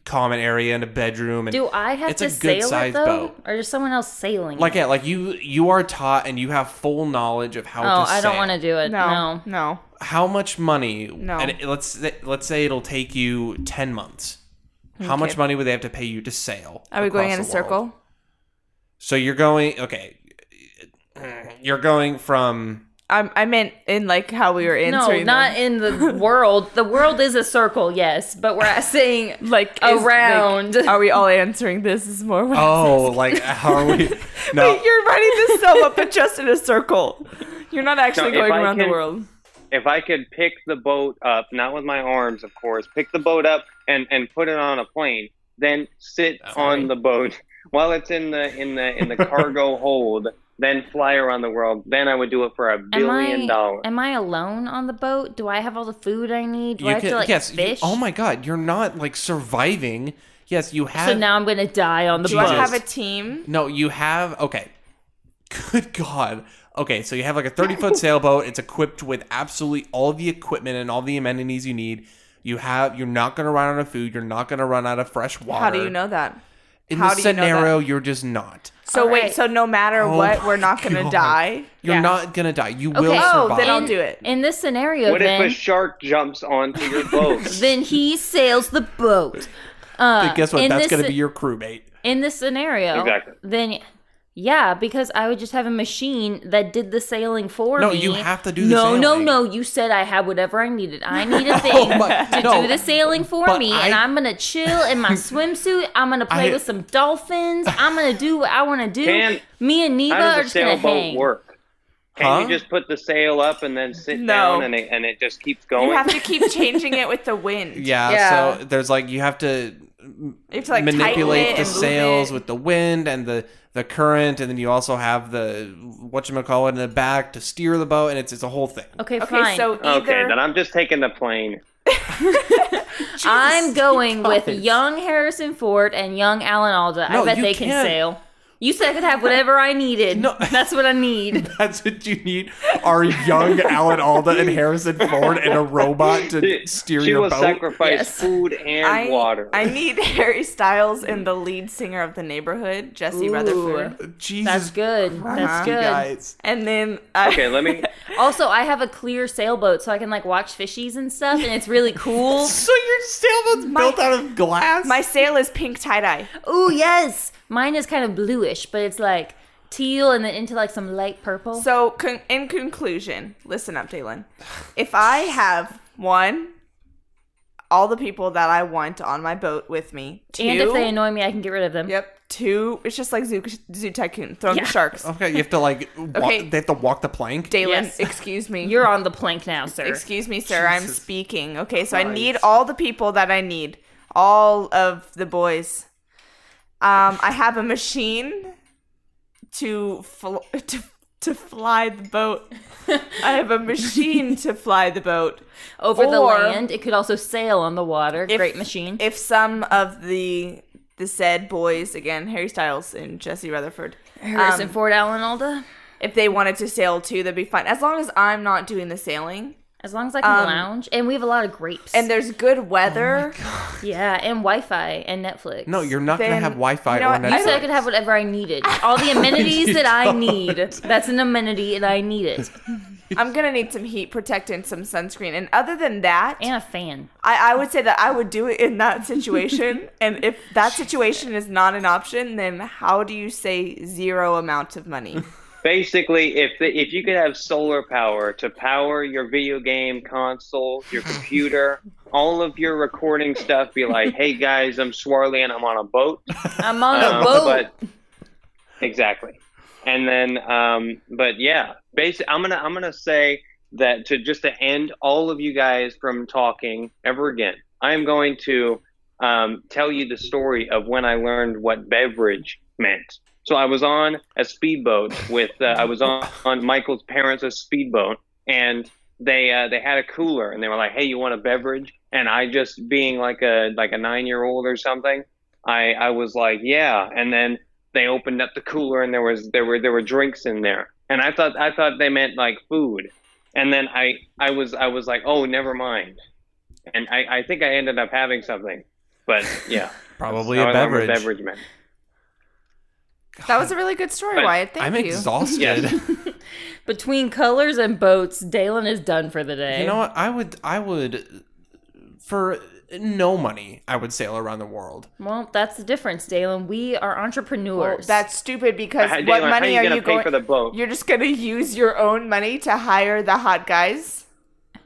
Speaker 4: common area and a bedroom. And
Speaker 2: Do I have
Speaker 4: It's
Speaker 2: to
Speaker 4: a good
Speaker 2: sail it
Speaker 4: sized
Speaker 2: though,
Speaker 4: boat.
Speaker 2: or is someone else sailing?
Speaker 4: like
Speaker 2: it?
Speaker 4: yeah, like you you are taught and you have full knowledge of how.
Speaker 2: oh,
Speaker 4: to
Speaker 2: I don't
Speaker 4: sail.
Speaker 2: want to do it.
Speaker 3: no
Speaker 2: No.
Speaker 3: no
Speaker 4: How much money?
Speaker 3: No.
Speaker 4: And it- let's say- let's say it'll take you ten months. How much money would they have to pay you to sail?
Speaker 3: are we going
Speaker 4: across
Speaker 3: in a
Speaker 4: the
Speaker 3: circle
Speaker 4: world? So you're going okay. You're going from
Speaker 3: I, I meant in like how we were
Speaker 2: No,
Speaker 3: answering.
Speaker 2: not
Speaker 3: them.
Speaker 2: in the world. The world is a circle, yes, but we're saying
Speaker 3: like is-
Speaker 2: around.
Speaker 3: like, are we all answering this? Is more. What
Speaker 4: oh like how are we? No,
Speaker 3: Wait, you're writing this sum up, but just in a circle. You're not actually
Speaker 1: No, if
Speaker 3: going
Speaker 1: I
Speaker 3: around the
Speaker 1: can-
Speaker 3: world.
Speaker 1: If I could pick the boat up, not with my arms, of course, pick the boat up and and put it on a plane, then sit on the boat while it's in the in the in the cargo hold, then fly around the world. Then I would do it for a
Speaker 2: Am
Speaker 1: billion
Speaker 2: I,
Speaker 1: dollars.
Speaker 2: Am I alone on the boat? Do I have all the food I need? Do I
Speaker 4: you
Speaker 2: have
Speaker 4: can
Speaker 2: to like
Speaker 4: yes. you-
Speaker 2: fish?
Speaker 4: oh my god, you're not like surviving. Yes, you have.
Speaker 2: So now I'm gonna die on the
Speaker 4: Do
Speaker 3: Do
Speaker 2: boat.
Speaker 3: I
Speaker 4: Jesus.
Speaker 3: have a team?
Speaker 4: No, you have okay. Good God. Okay, so you have like a 30 foot sailboat. It's equipped with absolutely all the equipment and all the amenities you need. You have you're not gonna run out of food. You're not gonna run out of fresh water.
Speaker 3: How do you know that?
Speaker 4: In
Speaker 3: how
Speaker 4: this
Speaker 3: do you know that?
Speaker 4: scenario, you're just not.
Speaker 3: So
Speaker 2: All
Speaker 3: wait,
Speaker 2: right.
Speaker 3: so no matter
Speaker 4: Oh
Speaker 3: what, we're
Speaker 4: my
Speaker 3: not going to
Speaker 4: God.
Speaker 3: die.
Speaker 4: You're
Speaker 2: Yeah.
Speaker 4: not gonna die. You will
Speaker 2: Okay.
Speaker 4: survive.
Speaker 3: Oh, then I'll
Speaker 2: In-
Speaker 3: do it.
Speaker 2: In this scenario,
Speaker 1: what
Speaker 2: then
Speaker 1: if a shark jumps onto your boat?
Speaker 2: then he sails the boat. Uh,
Speaker 4: But guess what?
Speaker 2: in
Speaker 4: That's
Speaker 2: this,
Speaker 4: gonna be your crewmate.
Speaker 2: in this scenario.
Speaker 1: Exactly.
Speaker 2: Then, yeah, because I would just have a machine that did the sailing for
Speaker 4: No,
Speaker 2: me.
Speaker 4: you have to do the
Speaker 2: no, no,
Speaker 4: sailing. Oh
Speaker 2: no. You said I had whatever I needed. I need a thing
Speaker 4: my-
Speaker 2: to
Speaker 4: no,
Speaker 2: do the sailing for
Speaker 4: but
Speaker 2: me, and
Speaker 4: I-
Speaker 2: I'm gonna chill in my swimsuit. I'm gonna play
Speaker 4: I-
Speaker 2: with some dolphins. I'm gonna do what I want to do.
Speaker 1: Dan,
Speaker 2: me and Neva
Speaker 1: How
Speaker 2: are
Speaker 1: does a
Speaker 2: just gonna
Speaker 1: sailboat
Speaker 2: hang.
Speaker 1: work? Can
Speaker 4: Huh?
Speaker 1: you just put the sail up and then sit
Speaker 3: No.
Speaker 1: down and it, and it just keeps going?
Speaker 3: You have to keep changing it with the wind.
Speaker 4: Yeah,
Speaker 2: Yeah.
Speaker 4: So there's like you have to
Speaker 3: You have to like tighten
Speaker 4: manipulate
Speaker 3: it
Speaker 4: the
Speaker 3: and move
Speaker 4: sails
Speaker 3: it.
Speaker 4: with the wind and the the current, and then you also have the what you call it in the back to steer the boat, and it's it's a whole thing.
Speaker 2: Okay,
Speaker 3: Okay,
Speaker 2: fine.
Speaker 3: so
Speaker 1: Okay,
Speaker 3: either
Speaker 1: then I'm just taking the plane.
Speaker 2: I'm going with
Speaker 4: Christ.
Speaker 2: young Harrison Ford and young Alan Alda.
Speaker 4: No,
Speaker 2: I bet
Speaker 4: you
Speaker 2: they can
Speaker 4: can't.
Speaker 2: sail. You said I could have whatever I needed.
Speaker 4: No.
Speaker 2: That's what I need.
Speaker 4: That's what you need are young Alan Alda and Harrison Ford and a robot to steer
Speaker 1: she
Speaker 4: your
Speaker 1: will
Speaker 4: boat.
Speaker 1: sacrifice
Speaker 3: Yes.
Speaker 1: food and
Speaker 3: I,
Speaker 1: water.
Speaker 3: I need Harry Styles and the lead singer of the neighborhood, Jesse
Speaker 2: Ooh.
Speaker 3: Rutherford.
Speaker 4: Jesus
Speaker 2: That's good.
Speaker 4: Christ,
Speaker 2: That's
Speaker 4: you
Speaker 2: good.
Speaker 4: guys.
Speaker 3: And then uh, I,
Speaker 1: okay, let me.
Speaker 2: Also, I have a clear sailboat so I can like watch fishies and stuff, and it's really cool.
Speaker 4: So your sailboat's built out of glass?
Speaker 3: my sail is pink tie dye.
Speaker 2: Ooh, yes. Mine is kind of bluish, but it's like teal and then into like some light purple.
Speaker 3: So, con- in conclusion, listen up, Dalen. If I have one, all the people that I want on my boat with me, two,
Speaker 2: and if they annoy me, I can get rid of them.
Speaker 3: yep, two, it's just like Zoo, Zoo Tycoon, throwing
Speaker 2: Yeah. Oh.
Speaker 3: the sharks.
Speaker 4: okay, you have to like. Walk,
Speaker 3: Okay.
Speaker 4: They have to walk the plank.
Speaker 3: Dalen,
Speaker 2: Yes.
Speaker 3: excuse me.
Speaker 2: You're on the plank now, sir.
Speaker 3: Excuse me, sir. I'm
Speaker 4: Jesus
Speaker 3: speaking. Okay, so I need
Speaker 4: Christ.
Speaker 3: all the people that I need. All of the boys. Um, I have a machine to fl- to to fly the boat. I have a machine to fly the boat.
Speaker 2: Over the
Speaker 3: Or-
Speaker 2: land, it could also sail on the water.
Speaker 3: If-
Speaker 2: Great machine.
Speaker 3: If some of the the said boys again, Harry Styles and Jesse Rutherford,
Speaker 2: Harrison
Speaker 3: um,
Speaker 2: Ford, Alan Alda.
Speaker 3: if they wanted to sail too, that'd be fine. As long as I'm not doing the sailing
Speaker 2: As long as I can lounge, um, and we have a lot of grapes.
Speaker 3: and there's
Speaker 4: Oh
Speaker 3: good weather.
Speaker 2: yeah, and Wi-Fi and Netflix.
Speaker 4: No, you're not going to
Speaker 3: Then-
Speaker 4: have Wi Fi
Speaker 3: you know
Speaker 4: or
Speaker 3: what, I
Speaker 2: You said I
Speaker 4: Netflix.
Speaker 2: could have whatever I needed. All the amenities
Speaker 4: You
Speaker 2: that I
Speaker 4: don't.
Speaker 2: need. That's an amenity, and I need it.
Speaker 3: I'm gonna need some heat protectant, some sunscreen, and other than that,
Speaker 2: And a fan.
Speaker 3: I, I would say that I would do it in that situation. and if that situation is not an option, then how do you say zero amount of money?
Speaker 1: Basically, if the, if you could have solar power to power your video game console, your computer, all of your recording stuff, be like, hey guys, I'm Swirly and I'm on a boat.
Speaker 2: I'm on
Speaker 1: Um,
Speaker 2: a boat.
Speaker 1: But, exactly. And then, um, but yeah, basically, I'm gonna I'm gonna say that to just to end all of you guys from talking ever again. I am going to um, tell you the story of when I learned what beverage meant. So I was on a speedboat with uh, I was on, on Michael's parents' speedboat, and they uh, they had a cooler, and they were like, "Hey, you want a beverage?" And I just being like a like a nine year old or something, I I was like, yeah, and then they opened up the cooler and there was there were there were drinks in there, and I thought I thought they meant like food, and then I I was I was like, oh, never mind, and I I think I ended up having something, but yeah,
Speaker 4: Probably
Speaker 1: I
Speaker 4: a
Speaker 1: remember
Speaker 4: beverage.
Speaker 1: beverage meant.
Speaker 3: That was a really good story,
Speaker 1: But
Speaker 3: Wyatt. Thank
Speaker 4: I'm
Speaker 3: you.
Speaker 4: exhausted.
Speaker 1: Yes.
Speaker 2: Between colors and boats, Dalen is done for the day.
Speaker 4: You know what? I would, I would, for no money, I would sail around the world.
Speaker 2: Well, that's the difference, Dalen. We are
Speaker 3: Well,
Speaker 2: entrepreneurs.
Speaker 3: that's stupid because
Speaker 1: How-
Speaker 3: what
Speaker 1: Dalen, how
Speaker 3: money
Speaker 1: you
Speaker 3: are
Speaker 1: gonna
Speaker 3: you
Speaker 1: pay
Speaker 3: going?
Speaker 1: for the boat?
Speaker 3: You're just gonna use your own money to hire the hot guys.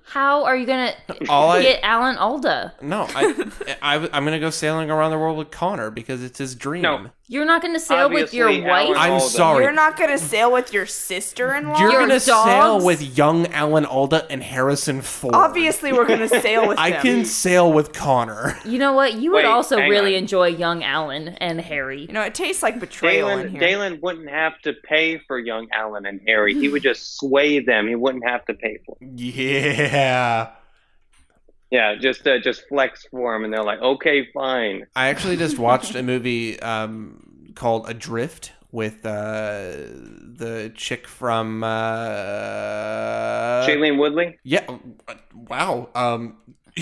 Speaker 2: how are you gonna
Speaker 4: All I
Speaker 2: get Alan Alda?
Speaker 4: no, I, I am gonna go sailing around the world with Connor because it's his dream.
Speaker 1: No.
Speaker 2: You're not gonna sail with
Speaker 1: Obviously,
Speaker 2: your wife.
Speaker 1: Alan
Speaker 4: I'm
Speaker 1: Alda.
Speaker 4: sorry.
Speaker 3: You're not gonna sail with your sister-in-law.
Speaker 4: You're
Speaker 2: Your
Speaker 4: gonna
Speaker 2: dogs?
Speaker 4: sail with young Alan Alda and Harrison Ford.
Speaker 3: Obviously, we're gonna sail with
Speaker 4: I
Speaker 3: them.
Speaker 4: can sail with Connor.
Speaker 2: You know what? You would
Speaker 1: Wait,
Speaker 2: also
Speaker 1: hang
Speaker 2: really
Speaker 1: on.
Speaker 2: enjoy young Alan and Harry.
Speaker 3: You know, it tastes like betrayal in
Speaker 1: Dalen,
Speaker 3: here.
Speaker 1: Dalen wouldn't have to pay for young Alan and Harry. He would just sway them. He wouldn't have to pay for. Them.
Speaker 4: Yeah.
Speaker 1: Yeah, just uh, just flex for him, and they're like, okay, fine.
Speaker 4: I actually just watched a movie um, called Adrift with uh, the chick from. Uh,
Speaker 1: Shailene Woodley.
Speaker 4: Yeah. Wow. Um,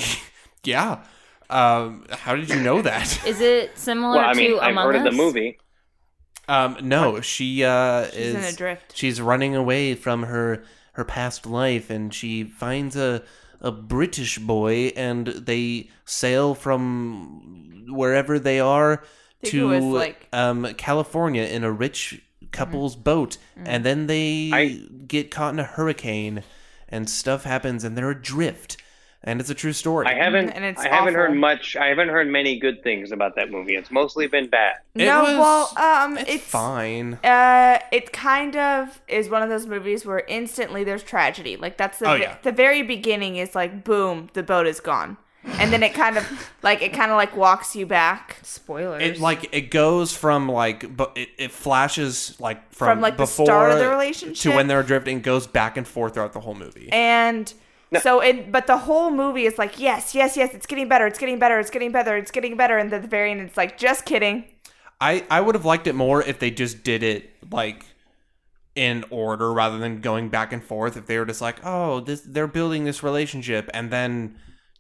Speaker 4: yeah. Um, how did you know that?
Speaker 2: Is it similar
Speaker 1: Well, I
Speaker 2: to
Speaker 1: mean, I've
Speaker 2: Among
Speaker 1: heard of the
Speaker 2: Us?
Speaker 1: movie.
Speaker 4: Um, no, she uh,
Speaker 3: She's
Speaker 4: is
Speaker 3: in a drift.
Speaker 4: she's running away from her her past life, and she finds a a British boy, and they sail from wherever they are
Speaker 3: think it
Speaker 4: to
Speaker 3: was, like- Mm-hmm.
Speaker 4: um, California in a rich couple's boat, and then they
Speaker 1: I-
Speaker 4: get caught in a hurricane, and stuff happens, and they're adrift, and it's a true story.
Speaker 1: I haven't.
Speaker 3: And it's
Speaker 1: I haven't
Speaker 3: awful.
Speaker 1: heard much. I haven't heard many good things about that movie. It's mostly been bad.
Speaker 4: It
Speaker 3: no,
Speaker 4: was-
Speaker 3: well, um,
Speaker 4: it's, fine.
Speaker 3: Uh, it kind of is one of those movies where instantly there's tragedy. Like that's the
Speaker 4: Oh,
Speaker 3: ve-
Speaker 4: yeah.
Speaker 3: the very beginning is like boom, the boat is gone, and then it kind of like it kind of like walks you back.
Speaker 2: Spoilers.
Speaker 4: It like it goes from like but it, it flashes like from,
Speaker 3: From, like, the
Speaker 4: before
Speaker 3: start of the
Speaker 4: to
Speaker 3: relationship?
Speaker 4: when they're drifting goes back and forth throughout the whole movie.
Speaker 3: And so it, but the whole movie is like yes, yes, yes, it's getting better, it's getting better, it's getting better, it's getting better, and then at the very end it's like just kidding.
Speaker 4: I I would have liked it more if they just did it like in order rather than going back and forth. If they were just like, oh, this they're building this relationship and then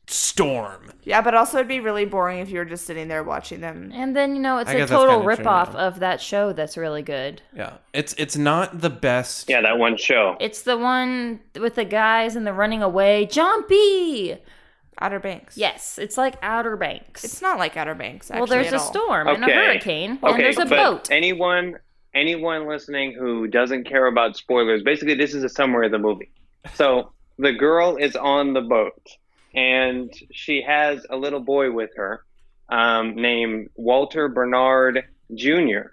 Speaker 4: storm.
Speaker 3: Yeah, but also it'd be really boring if you were just sitting there watching them.
Speaker 2: And then you know it's
Speaker 4: I
Speaker 2: a
Speaker 4: guess that's
Speaker 2: total
Speaker 4: kinda true,
Speaker 2: ripoff
Speaker 4: yeah.
Speaker 2: of that show that's really good.
Speaker 4: Yeah, it's it's not the best.
Speaker 1: Yeah, that one show.
Speaker 2: It's the one with the guys and the running away. John B.
Speaker 3: Outer Banks.
Speaker 2: Yes, it's like Outer Banks.
Speaker 3: It's not like Outer Banks. Actually,
Speaker 2: well, there's
Speaker 3: at
Speaker 2: a
Speaker 3: all.
Speaker 2: storm and a
Speaker 1: Okay.
Speaker 2: hurricane
Speaker 1: Okay,
Speaker 2: and there's a
Speaker 1: but
Speaker 2: boat.
Speaker 1: anyone anyone listening who doesn't care about spoilers, basically this is a summary of the movie. So the girl is on the boat and she has a little boy with her um, named Walter Bernard Jr.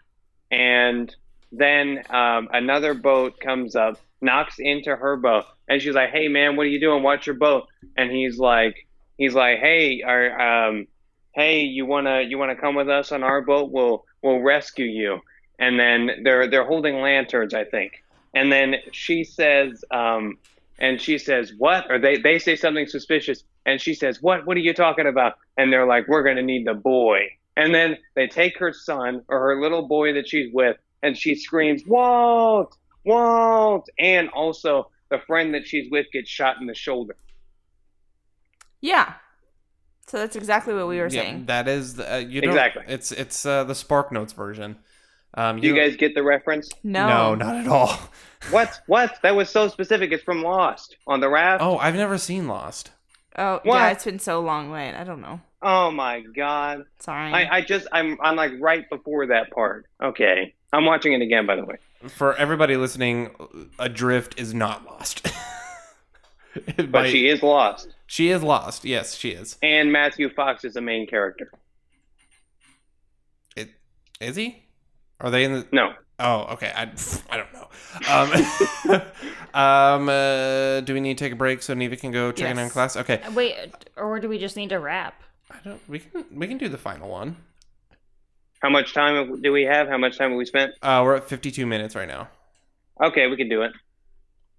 Speaker 1: And then um, another boat comes up, knocks into her boat, and she's like, "Hey man, what are you doing? Watch your boat." And he's like, he's like, "Hey, are um, hey, you wanna you wanna come with us on our boat? We'll we'll rescue you." And then they're they're holding lanterns, I think. And then she says, um, and she says, "What?" Or they they say something suspicious, and she says, "What? What are you talking about?" And they're like, "We're gonna need the boy." And then they take her son or her little boy that she's with, and she screams, "Walt, Walt!" And also the friend that she's with gets shot in the shoulder.
Speaker 3: Yeah. So that's exactly what we were
Speaker 4: Yeah,
Speaker 3: saying.
Speaker 4: that is the, uh, you don't-
Speaker 1: Exactly.
Speaker 4: It's it's uh, the Spark Notes version. Um,
Speaker 1: Do you guys get the reference?
Speaker 3: No.
Speaker 4: no, not at all.
Speaker 1: What? What? That was so specific. It's from Lost on the raft.
Speaker 4: Oh, I've never seen Lost.
Speaker 3: Oh, yeah.
Speaker 1: What?
Speaker 3: It's been so long, Lane. I don't know.
Speaker 1: Oh my god.
Speaker 3: Sorry.
Speaker 1: I, I just I'm I'm like right before that part. Okay. I'm watching it again by the way.
Speaker 4: For everybody listening, Adrift is not Lost. It
Speaker 1: But
Speaker 4: might-
Speaker 1: she is lost.
Speaker 4: she is Lost. Yes, she is.
Speaker 1: And Matthew Fox is the main character.
Speaker 4: It is he? Are they in the?
Speaker 1: No.
Speaker 4: Oh, okay. I, pff, I don't know. Um, um, uh, do we need to take a break so Neva can go check in on
Speaker 3: Yes.
Speaker 4: class? Okay.
Speaker 2: Wait, or do we just need to wrap?
Speaker 4: I don't. We can we can do the final one.
Speaker 1: How much time do we have? How much time have we spent?
Speaker 4: Uh, we're at fifty two minutes right now.
Speaker 1: Okay, we can do it.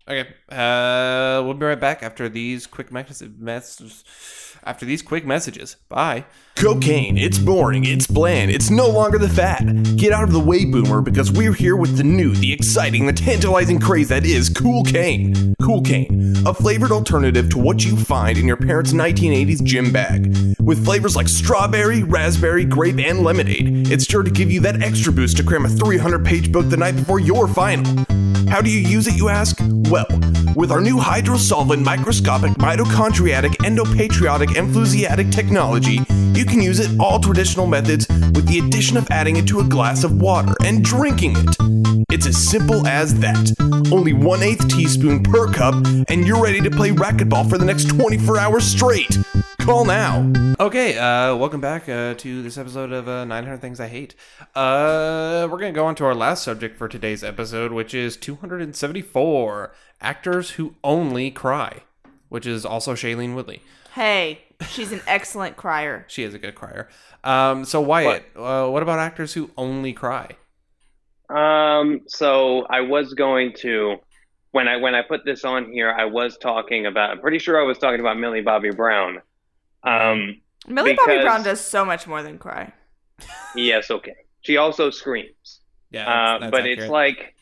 Speaker 4: Okay. Uh, we'll be right back after these quick mess- messages. After these quick messages. Bye.
Speaker 6: Cocaine, it's boring, it's bland, it's no longer the fad. Get out of the way, boomer, because we're here with the new, the exciting, the tantalizing craze that is Cool Cane. Cool Cane, a flavored alternative to what you find in your parents' 1980s gym bag. With flavors like strawberry, raspberry, grape, and lemonade, it's sure to give you that extra boost to cram a 300 page book the night before your final. How do you use it, you ask? Well, with our new hydrosolvent microscopic mitochondriatic endopatriotic emplusiatic technology, you can use it all traditional methods with the addition of adding it to a glass of water and drinking it. It's as simple as that. Only 1 8 teaspoon per cup, and you're ready to play racquetball for the next 24 hours straight. Call now.
Speaker 4: Okay, uh, welcome back uh, to this episode of uh, 900 Things I Hate. Uh, we're going to go on to our last subject for today's episode, which is 274 Actors Who Only Cry, which is also Shailene Woodley.
Speaker 3: hey, she's an excellent crier.
Speaker 4: She is a good crier. Um, so, Wyatt, Uh, what about actors who only cry?
Speaker 1: Um, so I was going to when I when I put this on here, I was talking about I'm pretty sure I was talking about Millie Bobby Brown. Um,
Speaker 3: Millie Bobby
Speaker 1: Because-
Speaker 3: Brown does so much more than cry.
Speaker 1: yes, okay. She also screams.
Speaker 4: Yeah,
Speaker 1: Uh,
Speaker 4: that's
Speaker 1: but it's
Speaker 4: accurate.
Speaker 1: like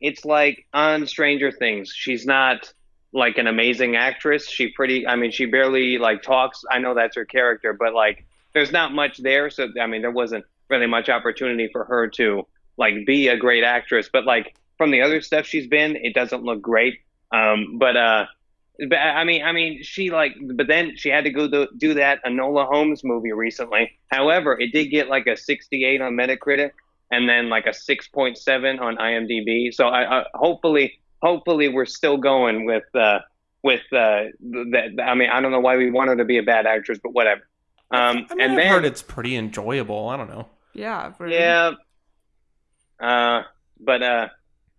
Speaker 1: it's like on Stranger Things. She's not like an amazing actress. She pretty I mean she barely like talks. I know that's her character, but like there's not much there so I mean there wasn't really much opportunity for her to like be a great actress, but like from the other stuff she's been, it doesn't look great. Um but uh but I mean, I mean, she like, but then she had to go do, do that Enola Holmes movie recently. However, it did get like a 68 on Metacritic, and then like a 6.7 on IMDb. So I, I hopefully hopefully we're still going with uh, with uh, that. I mean, I don't know why we want her to be a bad actress, but whatever. Um,
Speaker 4: I mean,
Speaker 1: and
Speaker 4: I've heard
Speaker 1: then
Speaker 4: it's pretty enjoyable. I don't know.
Speaker 3: Yeah. for-
Speaker 1: yeah, uh, but uh,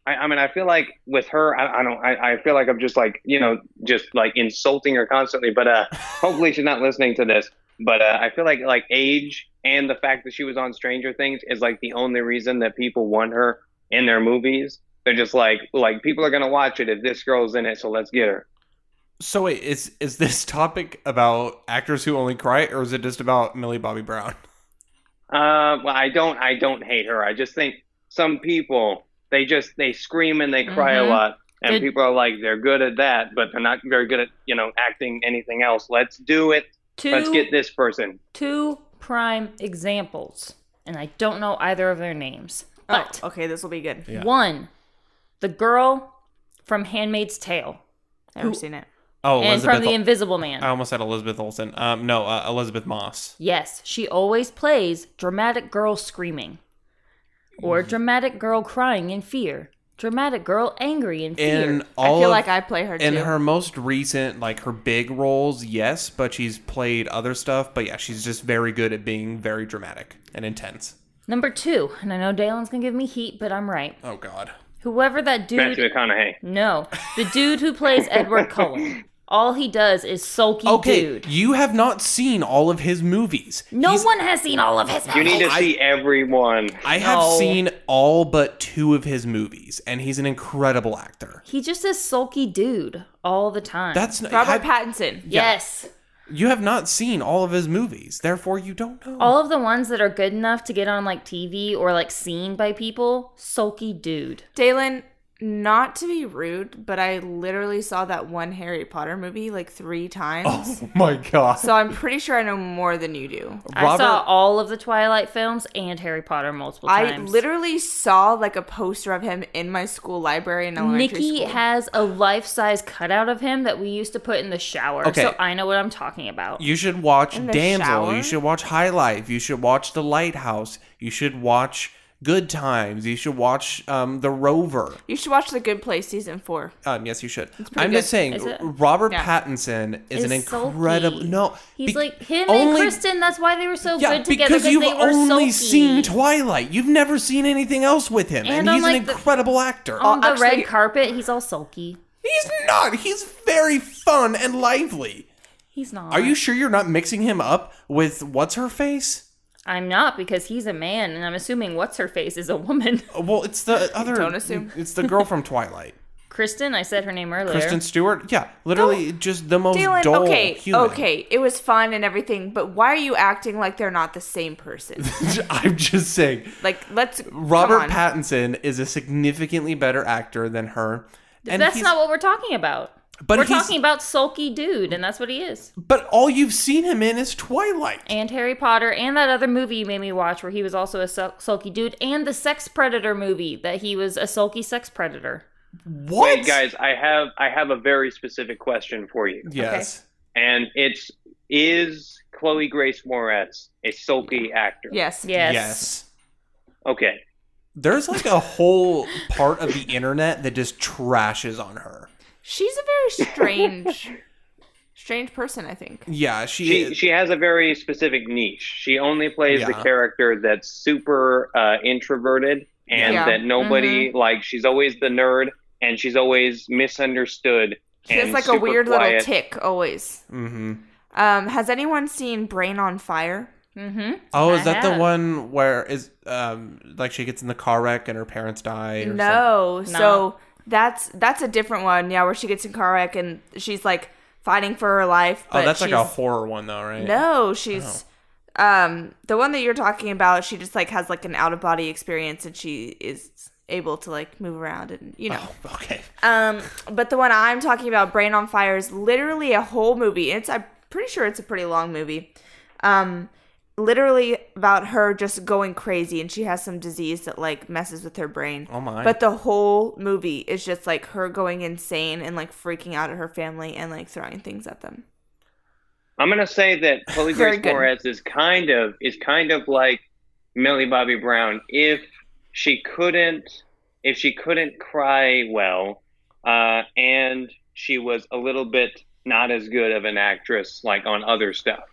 Speaker 1: I, I mean, I feel like with her, I, I don't. I, I feel like I'm just like you know, just like insulting her constantly. But uh, hopefully she's not listening to this. But uh, I feel like like age and the fact that she was on Stranger Things is like the only reason that people want her in their movies. They're just like like people are gonna watch it if this girl's in it, so let's get her.
Speaker 4: So, wait, is, is this topic about actors who only cry, or is it just about Millie Bobby Brown?
Speaker 1: Uh, well, I don't. I don't hate her. I just think some people they just they scream and they cry
Speaker 2: Mhm.
Speaker 4: Mm-hmm.
Speaker 1: a lot, and
Speaker 2: It-
Speaker 1: people are like they're good at that, but they're not very good at you know acting anything else. Let's do it.
Speaker 2: 2
Speaker 1: Let's get this person.
Speaker 2: two prime examples, and I don't know either of their names. But
Speaker 3: oh, okay, this will be good.
Speaker 4: Yeah.
Speaker 2: one, the girl from Handmaid's Tale
Speaker 3: Never seen it.
Speaker 4: Oh,
Speaker 2: and
Speaker 4: Elizabeth. Oh.
Speaker 2: from The Invisible Man.
Speaker 4: I almost said Elizabeth Olsen. Um, no, uh, Elizabeth Moss.
Speaker 2: Yes, she always plays dramatic girl screaming, or dramatic girl crying in fear, dramatic girl angry in fear.
Speaker 4: In
Speaker 3: I
Speaker 4: all
Speaker 3: feel
Speaker 4: of-
Speaker 3: like I play her
Speaker 4: in
Speaker 3: too.
Speaker 4: her most recent, like her big roles, yes, but she's played other stuff. But yeah, she's just very good at being very dramatic and intense.
Speaker 2: Number two, and I know Dalen's gonna give me heat, but I'm right.
Speaker 4: Oh God.
Speaker 2: Whoever that dude.
Speaker 1: Matthew McConaughey.
Speaker 2: No, the dude who plays Edward Cullen. All he does is sulky
Speaker 4: Okay,
Speaker 2: dude.
Speaker 4: you have not seen all of his movies.
Speaker 2: No
Speaker 4: He's-
Speaker 2: one has seen all of his.
Speaker 1: You need to
Speaker 4: I-
Speaker 1: see everyone.
Speaker 4: I have
Speaker 2: No.
Speaker 4: seen all but two of his movies, and he's an incredible actor.
Speaker 2: He just is sulky dude all the time.
Speaker 4: That's not,
Speaker 3: Robert
Speaker 4: have-
Speaker 3: Pattinson.
Speaker 2: yes.
Speaker 4: you have not seen all of his movies, therefore you don't know.
Speaker 2: All of the ones that are good enough to get on like TV or like seen by people, sulky dude.
Speaker 3: Dalen, not to be rude, but I literally saw that one Harry Potter movie like three times.
Speaker 4: oh my god!
Speaker 3: So I'm pretty sure I know more than you do.
Speaker 2: I saw
Speaker 4: Robert-
Speaker 2: all of the Twilight films and Harry Potter multiple
Speaker 3: I
Speaker 2: times.
Speaker 3: literally saw like a poster of him in my school library in elementary
Speaker 2: Nikki
Speaker 3: school.
Speaker 2: has a life-size cutout of him that we used to put in the shower,
Speaker 4: Okay.
Speaker 2: so I know what I'm talking about.
Speaker 4: You should watch
Speaker 3: In the
Speaker 4: Damsel.
Speaker 3: shower?
Speaker 4: You should watch High Life. You should watch The Lighthouse. You should watch Good Times. You should watch um, The Rover.
Speaker 3: you should watch The Good Place season four.
Speaker 4: Um, yes, you should. I'm
Speaker 3: good.
Speaker 4: just saying,
Speaker 2: Is it?
Speaker 4: Robert
Speaker 3: Yeah.
Speaker 4: Pattinson is
Speaker 2: Is
Speaker 4: an
Speaker 2: sulky.
Speaker 4: incredible. No,
Speaker 2: He's
Speaker 4: be-
Speaker 2: like him and
Speaker 4: only-
Speaker 2: Kristen. That's why they were so
Speaker 4: Yeah,
Speaker 2: good together
Speaker 4: because you've
Speaker 2: they were sulky.
Speaker 4: only seen Twilight. You've never seen anything else with him,
Speaker 2: And
Speaker 4: and,
Speaker 2: on,
Speaker 4: he's
Speaker 2: like,
Speaker 4: an
Speaker 2: the- Oh.
Speaker 4: incredible actor.
Speaker 2: on the
Speaker 3: actually-
Speaker 2: red carpet. He's all sulky.
Speaker 4: he's not. He's very fun and lively.
Speaker 2: He's not.
Speaker 4: Are you sure you're not mixing him up with what's her face?
Speaker 2: I'm not because he's a man, and I'm assuming what's her face is a woman.
Speaker 4: Uh, Well, it's the other.
Speaker 3: Don't assume.
Speaker 4: It's the girl from Twilight.
Speaker 2: Kristen, I said her name earlier.
Speaker 4: Kristen Stewart. Yeah, literally just the most
Speaker 3: Dalen,
Speaker 4: dull
Speaker 3: okay,
Speaker 4: human.
Speaker 3: okay, it was fun and everything, but why are you acting like they're not the same person?
Speaker 4: I'm just saying,
Speaker 3: like, let's
Speaker 4: Robert
Speaker 3: come on.
Speaker 4: Pattinson is a significantly better actor than her. And
Speaker 2: that's
Speaker 4: he's-
Speaker 2: not what we're talking about.
Speaker 4: But
Speaker 2: we're
Speaker 4: he's-
Speaker 2: talking about sulky dude, and that's what he is.
Speaker 4: But all you've seen him in is Twilight.
Speaker 2: And Harry Potter, and that other movie you made me watch where he was also a sul- sulky dude, and the sex predator movie that he was a sulky sex predator.
Speaker 4: what?
Speaker 1: Wait, guys, I have I have a very specific question for you,
Speaker 4: Yes.
Speaker 1: and it's is Chloe Grace Moretz a sulky actor?
Speaker 3: Yes.
Speaker 2: Yes.
Speaker 4: Yes.
Speaker 1: Okay.
Speaker 4: There's like a whole part of the internet that just trashes on her.
Speaker 3: She's a very strange, strange person, I think.
Speaker 4: Yeah, she,
Speaker 1: She
Speaker 4: is.
Speaker 1: she has a very specific niche. She only plays the
Speaker 4: Yeah.
Speaker 1: character that's super uh, introverted and
Speaker 3: Yeah. Mm-hmm.
Speaker 1: that nobody like. She's always the nerd, and she's always misunderstood.
Speaker 3: She has
Speaker 1: and
Speaker 3: like a
Speaker 1: super
Speaker 3: weird little
Speaker 1: quiet.
Speaker 3: tick always.
Speaker 4: mm-hmm.
Speaker 3: Um, has anyone seen Brain on Fire?
Speaker 2: Mm-hmm.
Speaker 4: Oh, is
Speaker 2: I
Speaker 4: that
Speaker 2: have.
Speaker 4: the one where is um like she gets in the car wreck and her parents die? Or
Speaker 3: No.
Speaker 2: No.
Speaker 3: So that's that's a different one. Yeah, where she gets in car wreck and she's like fighting for her life.
Speaker 4: Something?
Speaker 3: But
Speaker 4: Oh, that's like a
Speaker 3: she's-
Speaker 4: horror one though, right?
Speaker 3: No, she's
Speaker 4: Oh.
Speaker 3: um the one that you're talking about. She just like has like an out of body experience and she is able to like move around and you know.
Speaker 4: Oh, okay.
Speaker 3: Um, but the one I'm talking about, Brain on Fire, is literally a whole movie. It's I'm pretty sure it's a pretty long movie. Um, literally about her just going crazy, and she has some disease that like messes with her brain.
Speaker 4: Oh my.
Speaker 3: But the whole movie is just like her going insane and like freaking out at her family and like throwing things at them.
Speaker 1: I'm gonna say that Chloe
Speaker 3: Very
Speaker 1: Grace
Speaker 3: good.
Speaker 1: Moretz is kind of is kind of like Millie Bobby Brown. If she couldn't, if she couldn't cry well, uh, and she was a little bit not as good of an actress like on other stuff.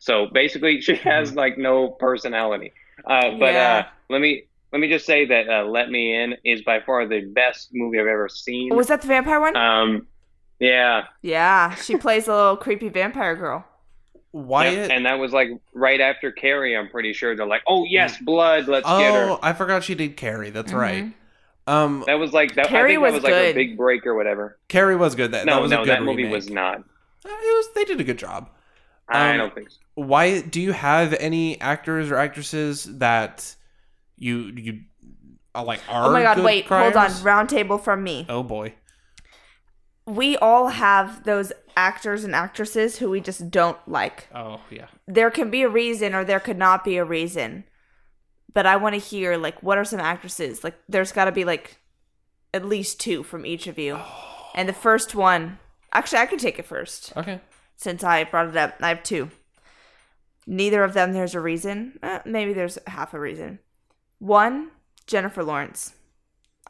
Speaker 1: So basically, she has like no personality. Uh, but
Speaker 3: Mm-hmm. Yeah.
Speaker 1: uh, let me let me just say that uh, Let Me In is by far the best movie I've ever seen.
Speaker 3: Was that the vampire one?
Speaker 1: um, yeah,
Speaker 3: yeah, she plays a little creepy vampire girl.
Speaker 4: Wyatt.
Speaker 1: Yep, and that was like right after Carrie. I'm pretty sure they're like, "Oh yes, blood, let's get her."
Speaker 4: Mm. oh, I forgot she did Carrie. That's
Speaker 3: Mm-hmm.
Speaker 4: right. Um,
Speaker 1: That was like that.
Speaker 3: Carrie
Speaker 1: I think
Speaker 3: was
Speaker 1: that was like
Speaker 3: good.
Speaker 1: a big break or whatever.
Speaker 4: Carrie was good. Uh, That,
Speaker 1: no,
Speaker 4: that was a
Speaker 1: no,
Speaker 4: good
Speaker 1: that movie was
Speaker 4: remake.
Speaker 1: not.
Speaker 4: Uh, It was. They did a good job.
Speaker 1: I
Speaker 4: Um,
Speaker 1: don't think so.
Speaker 4: why do you have any actors or actresses that you you are like are
Speaker 3: Oh my god,
Speaker 4: good
Speaker 3: wait, hold
Speaker 4: criers?
Speaker 3: on. Round table from me.
Speaker 4: oh boy
Speaker 3: We all have those actors and actresses who we just don't like.
Speaker 4: oh yeah
Speaker 3: There can be a reason or there could not be a reason. But I want to hear like what are some actresses? Like there's got to be like at least two from each of you. And the first one, actually I could take it first
Speaker 4: okay
Speaker 3: since I brought it up. I have two. Neither of them there's a reason. Eh, maybe there's half a reason. One, Jennifer Lawrence.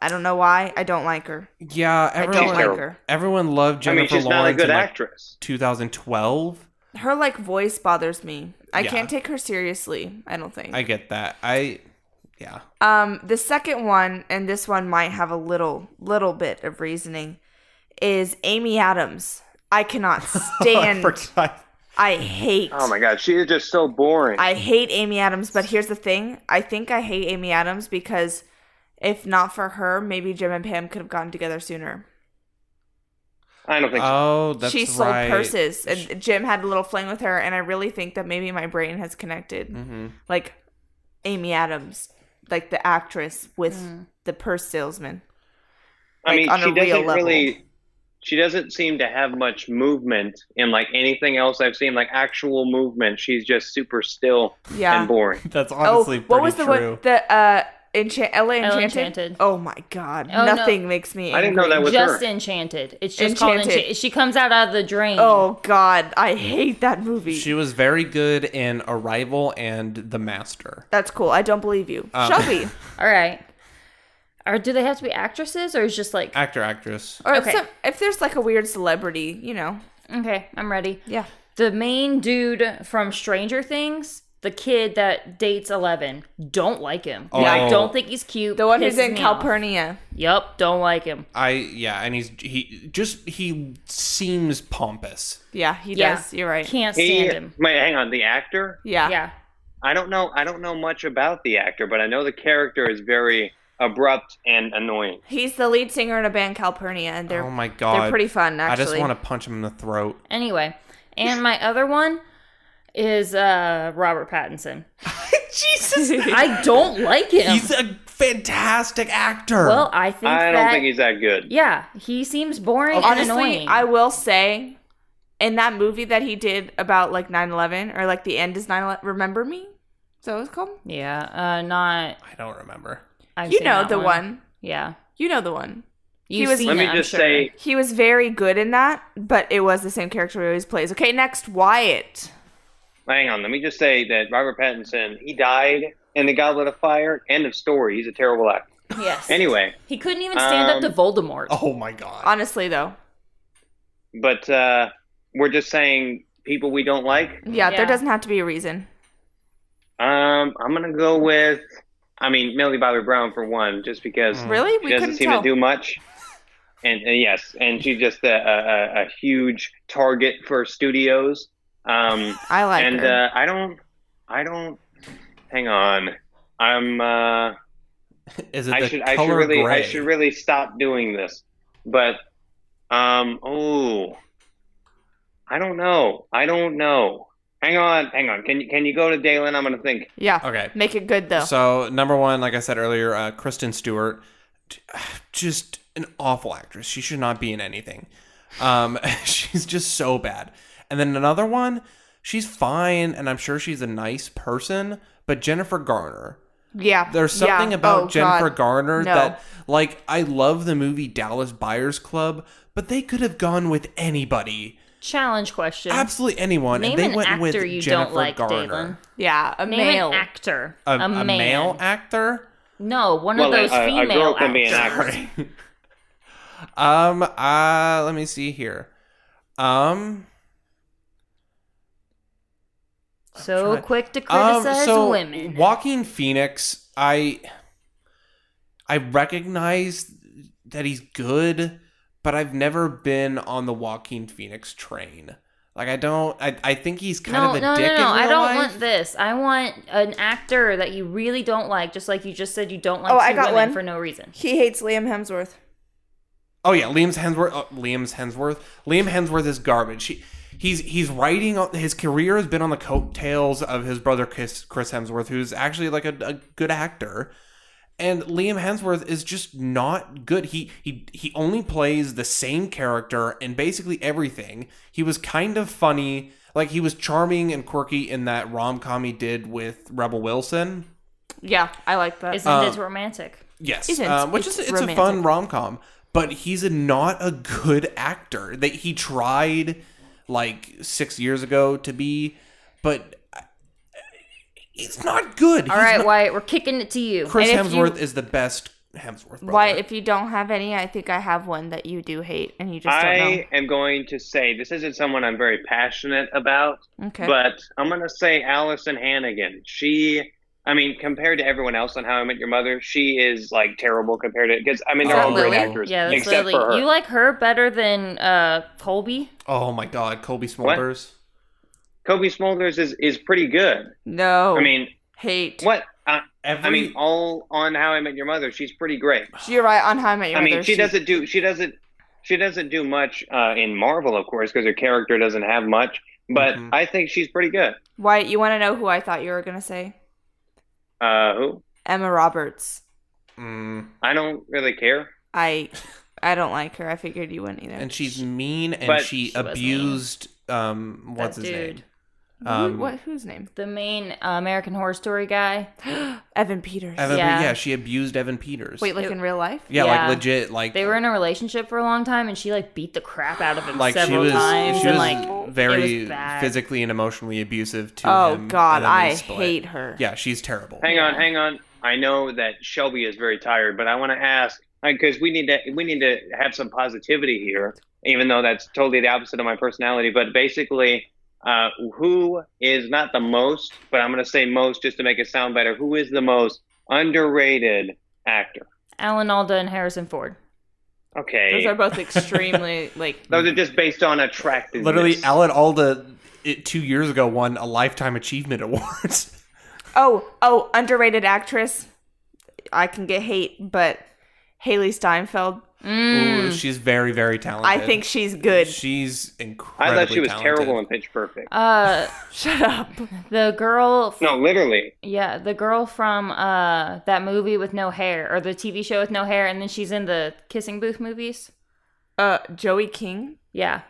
Speaker 3: I don't know why. I don't like her.
Speaker 4: yeah
Speaker 3: I
Speaker 4: everyone
Speaker 3: don't
Speaker 1: terrible.
Speaker 3: like her.
Speaker 4: everyone loved
Speaker 1: I
Speaker 4: Jennifer
Speaker 1: mean, she's
Speaker 4: Lawrence
Speaker 1: not a good
Speaker 4: in, like,
Speaker 1: actress.
Speaker 4: 2012
Speaker 3: Her like voice bothers me. I
Speaker 4: Yeah.
Speaker 3: can't take her seriously. I don't
Speaker 1: Mm.
Speaker 3: think.
Speaker 4: I get that I yeah
Speaker 3: um, the second one, and this one might have a little little bit of reasoning, is Amy Adams. I cannot stand.
Speaker 4: Oh, forgot.
Speaker 3: I hate.
Speaker 1: Oh my god, she is just so boring.
Speaker 3: I hate Amy Adams, but here's the thing. I think I hate Amy Adams because if not for her, maybe Jim and Pam could have gotten together sooner.
Speaker 1: I don't think so.
Speaker 4: oh that's
Speaker 3: she sold
Speaker 4: right.
Speaker 3: purses and Jim had a little fling with her and I really think that maybe my brain has connected.
Speaker 4: Mhm.
Speaker 3: Like Amy Adams, like the actress with
Speaker 2: Mm.
Speaker 3: the purse salesman.
Speaker 1: I
Speaker 3: like,
Speaker 1: mean,
Speaker 3: on a
Speaker 1: she doesn't
Speaker 3: real level.
Speaker 1: really. She doesn't seem to have much movement in like anything else I've seen, like actual movement. She's just super still
Speaker 3: Yeah.
Speaker 1: and boring.
Speaker 4: that's honestly
Speaker 3: oh, what was the
Speaker 4: pretty true
Speaker 3: one the uh Enchant LA
Speaker 2: L.A.
Speaker 3: Enchanted?
Speaker 2: Enchanted.
Speaker 3: Oh my god.
Speaker 2: Oh, no.
Speaker 3: Nothing makes me angry.
Speaker 1: I didn't know that was
Speaker 2: just
Speaker 1: her.
Speaker 2: enchanted. It's just called
Speaker 3: Enchanted.
Speaker 2: enchanted. She comes out of the drain.
Speaker 3: Oh god, I hate that movie.
Speaker 4: she was very good in Arrival and The Master
Speaker 3: That's cool. I don't believe you. Shelby.
Speaker 2: all right. Or do they have to be actresses, or is just like
Speaker 4: actor actress
Speaker 3: Or
Speaker 2: Okay.
Speaker 3: if, some, if there's like a weird celebrity, you know.
Speaker 2: okay? I'm ready.
Speaker 3: Yeah.
Speaker 2: The main dude from Stranger Things, the kid that dates Eleven, don't like him.
Speaker 4: Oh.
Speaker 2: I don't think he's cute.
Speaker 3: The one who's
Speaker 2: Pisses
Speaker 3: in
Speaker 2: me off.
Speaker 3: Calpurnia.
Speaker 2: Yep, don't like him.
Speaker 4: I yeah, and he's he just he seems pompous.
Speaker 3: Yeah, he does. You're right.
Speaker 2: Can't
Speaker 1: He,
Speaker 2: stand him.
Speaker 1: wait, hang on. The actor?
Speaker 3: Yeah.
Speaker 2: Yeah.
Speaker 1: I don't know. I don't know much about the actor, but I know the character is very abrupt and annoying.
Speaker 3: He's the lead singer in a band Calpurnia and they're
Speaker 4: oh my god,
Speaker 3: they're pretty fun
Speaker 4: I
Speaker 3: actually.
Speaker 4: just want to punch him in the throat.
Speaker 2: Anyway, and my other one is uh Robert Pattinson.
Speaker 4: Jesus,
Speaker 2: I don't like him.
Speaker 4: he's a fantastic actor.
Speaker 2: well, I think
Speaker 1: I don't
Speaker 2: that
Speaker 1: think he's that good.
Speaker 2: yeah, he seems boring and
Speaker 3: Honestly,
Speaker 2: annoying.
Speaker 3: I will say in that movie that he did about like 9/11 or like the end is 9/11, remember me? Is that what it's called?
Speaker 2: yeah, uh, not.
Speaker 4: I don't remember.
Speaker 2: I've
Speaker 3: you
Speaker 2: seen
Speaker 3: know
Speaker 2: that
Speaker 3: the one.
Speaker 2: Yeah,
Speaker 3: You know the one.
Speaker 2: you've
Speaker 3: was-
Speaker 2: seen
Speaker 1: Let me
Speaker 2: it, I'm
Speaker 1: just
Speaker 2: sure.
Speaker 1: say,
Speaker 3: He was very good in that, but it was the same character he always plays. Okay, next Wyatt.
Speaker 1: hang on. Let me just say that Robert Pattinson, he died in The Goblet of Fire. End of story. He's a terrible actor.
Speaker 2: yes.
Speaker 1: Anyway,
Speaker 2: he couldn't even stand up
Speaker 1: um,
Speaker 2: to Voldemort.
Speaker 4: Oh my god.
Speaker 3: Honestly though.
Speaker 1: but uh, we're just saying people we don't like.
Speaker 3: Yeah,
Speaker 2: Yeah.
Speaker 3: there doesn't have to be a reason.
Speaker 1: Um, I'm gonna go with. I mean, Millie Bobby Brown for one, just because
Speaker 4: Mm.
Speaker 3: Really?
Speaker 1: she
Speaker 3: We
Speaker 1: doesn't
Speaker 3: couldn't
Speaker 1: seem
Speaker 3: tell.
Speaker 1: to do much. And, and yes, and she's just a, a, a- a huge target for studios. Um,
Speaker 3: I like
Speaker 1: and
Speaker 3: her.
Speaker 1: uh, I don't, I don't. Hang on, I'm. Uh,
Speaker 4: Is it
Speaker 1: I
Speaker 4: the
Speaker 1: should, I should
Speaker 4: color
Speaker 1: really,
Speaker 4: gray?
Speaker 1: I should really stop doing this. But, um, oh, I don't know. I don't know. Hang on, hang on. Can you can you go to Dalen? I'm gonna think.
Speaker 3: yeah.
Speaker 4: okay.
Speaker 3: Make it good though.
Speaker 4: So number one, like I said earlier, uh, Kristen Stewart, t- just an awful actress. She should not be in anything. Um, she's just so bad. And then another one, she's fine, and I'm sure she's a nice person. But Jennifer Garner,
Speaker 3: yeah.
Speaker 4: there's
Speaker 3: Yeah.
Speaker 4: something about
Speaker 3: Oh,
Speaker 4: Jennifer
Speaker 3: God.
Speaker 4: Garner
Speaker 3: No.
Speaker 4: that, like, I love the movie Dallas Buyers Club, but they could have gone with anybody,
Speaker 2: Challenge question.
Speaker 4: absolutely anyone,
Speaker 2: Name
Speaker 4: and they
Speaker 2: an
Speaker 4: went
Speaker 2: actor
Speaker 4: with
Speaker 2: you
Speaker 4: Jennifer
Speaker 2: don't like,
Speaker 4: Garner.
Speaker 2: Dalen.
Speaker 3: Yeah, a
Speaker 2: Name
Speaker 3: male.
Speaker 2: an actor.
Speaker 4: A,
Speaker 2: man.
Speaker 4: a male actor.
Speaker 2: No, one of
Speaker 1: Well, a-
Speaker 2: those
Speaker 1: a- a
Speaker 2: female
Speaker 1: girl can be an
Speaker 2: actors.
Speaker 1: actress.
Speaker 4: Sorry. um. Uh. Let me see here. Um.
Speaker 2: So
Speaker 4: trying-
Speaker 2: quick to
Speaker 4: Um.
Speaker 2: criticize
Speaker 4: so
Speaker 2: women.
Speaker 4: Joaquin Phoenix, I. I recognize that he's good, but I've never been on the Joaquin Phoenix train. Like I don't. I. I think he's kind
Speaker 2: no,
Speaker 4: of a
Speaker 2: no,
Speaker 4: dick.
Speaker 2: no, no,
Speaker 4: in
Speaker 2: I
Speaker 4: real
Speaker 2: don't
Speaker 4: life.
Speaker 2: want this. I want an actor that you really don't like, just like you just said you don't like
Speaker 3: Oh,
Speaker 2: two
Speaker 3: I got
Speaker 2: women
Speaker 3: one.
Speaker 2: for no reason.
Speaker 3: He hates Liam Hemsworth.
Speaker 4: uh, Oh yeah, Liam's Hemsworth. Oh, Liam's Hemsworth. Liam Hemsworth is garbage. He he's he's writing on- his career has been on the coattails of his brother Chris, Chris Hemsworth, who's actually like a, a good actor. And Liam Hemsworth is just not good. He he he only plays the same character in basically everything. He was kind of funny, like he was charming and quirky in that rom com he did with Rebel Wilson.
Speaker 3: Yeah, I like that.
Speaker 2: Isn't
Speaker 4: Um,
Speaker 2: it romantic?
Speaker 4: Yes,
Speaker 3: It's-
Speaker 4: um, which
Speaker 3: it's
Speaker 4: is it's a fun
Speaker 3: romantic.
Speaker 4: rom com, but he's a, not a good actor. That he tried like six years ago to be, but uh, he's not good.
Speaker 2: All
Speaker 4: He's
Speaker 2: right,
Speaker 4: not-
Speaker 2: Wyatt, we're kicking it to you.
Speaker 4: Chris
Speaker 3: and if you-
Speaker 4: Hemsworth is the best Hemsworth. Brother.
Speaker 3: Why, if you don't have any, I think I have one that you do hate, and you just don't
Speaker 1: I am going to say this isn't someone I'm very passionate about,
Speaker 3: know. Okay.
Speaker 1: but I'm going to say Allison Hannigan. She, I mean, compared to everyone else on How I Met Your Mother, she is like terrible compared to because I mean they're
Speaker 4: Oh,
Speaker 1: all great
Speaker 4: Lily?
Speaker 1: actors
Speaker 2: Yeah, that's
Speaker 1: except
Speaker 2: Lily.
Speaker 1: for her.
Speaker 2: You like her better than uh, Colby?
Speaker 4: oh my God, Colby Smulders.
Speaker 1: Kobe Smulders is is pretty good.
Speaker 3: no.
Speaker 1: I mean,
Speaker 3: hate.
Speaker 1: what? I,
Speaker 4: Every mm,
Speaker 1: I mean, all on How I Met Your Mother, she's pretty great.
Speaker 3: You're right on How I Met Your
Speaker 1: I mean,
Speaker 3: Mother,
Speaker 1: she doesn't do she doesn't she doesn't do much uh, in Marvel, of course, because her character doesn't have much. But
Speaker 4: Mhm.
Speaker 1: I think she's pretty good.
Speaker 3: Why? You want to know who I thought you were gonna say?
Speaker 1: Uh, who?
Speaker 3: Emma Roberts.
Speaker 4: Mm,
Speaker 1: I don't really care.
Speaker 3: I, I don't like her. I figured you wouldn't either.
Speaker 4: and she's mean, and
Speaker 1: But-
Speaker 4: she,
Speaker 2: She was mean.
Speaker 4: abused. Um, what's
Speaker 2: That
Speaker 4: his
Speaker 2: dude.
Speaker 4: name?
Speaker 3: Who-
Speaker 4: Um,
Speaker 3: what? Whose name?
Speaker 2: The main uh, American Horror Story guy.
Speaker 3: Evan Peters.
Speaker 4: Evan,
Speaker 2: Yeah.
Speaker 4: yeah. she abused Evan Peters.
Speaker 3: Wait, like in real life?
Speaker 4: yeah,
Speaker 2: Yeah.
Speaker 4: like legit, like
Speaker 2: They were in a relationship for a long time, and she like beat the crap out of him
Speaker 4: like she
Speaker 2: several
Speaker 4: was,
Speaker 2: times,
Speaker 4: she
Speaker 2: and
Speaker 4: was
Speaker 2: like it
Speaker 4: very
Speaker 2: was bad.
Speaker 4: physically and emotionally abusive to
Speaker 3: Oh
Speaker 4: him.
Speaker 3: God,
Speaker 4: and then they
Speaker 3: I
Speaker 4: split.
Speaker 3: hate her.
Speaker 4: Yeah, she's terrible.
Speaker 1: Hang on, hang on. I know that Shelby is very tired, but I want to ask because we need to we need to have some positivity here, even though that's totally the opposite of my personality. But basically, uh, who is not the most? But I'm going to say most just to make it sound better. Who is the most underrated actor?
Speaker 2: Alan Alda and Harrison Ford.
Speaker 1: Okay,
Speaker 3: Those are both extremely like.
Speaker 1: Those are just based on attractiveness.
Speaker 4: Literally, Alan Alda it, two years ago won a Lifetime Achievement Award.
Speaker 3: Oh, oh, underrated actress. I can get hate, but Haley Steinfeld.
Speaker 2: Mm.
Speaker 4: Ooh, she's very, very talented.
Speaker 3: I think she's good.
Speaker 4: she's incredible.
Speaker 1: I thought she was terrible in Pitch Perfect.
Speaker 2: Uh,
Speaker 3: Shut up.
Speaker 2: the girl.
Speaker 1: No, literally.
Speaker 2: Yeah, the girl from uh that movie with no hair, or the TV show with no hair, and then she's in the kissing booth movies.
Speaker 3: Uh, Joey King.
Speaker 2: Yeah,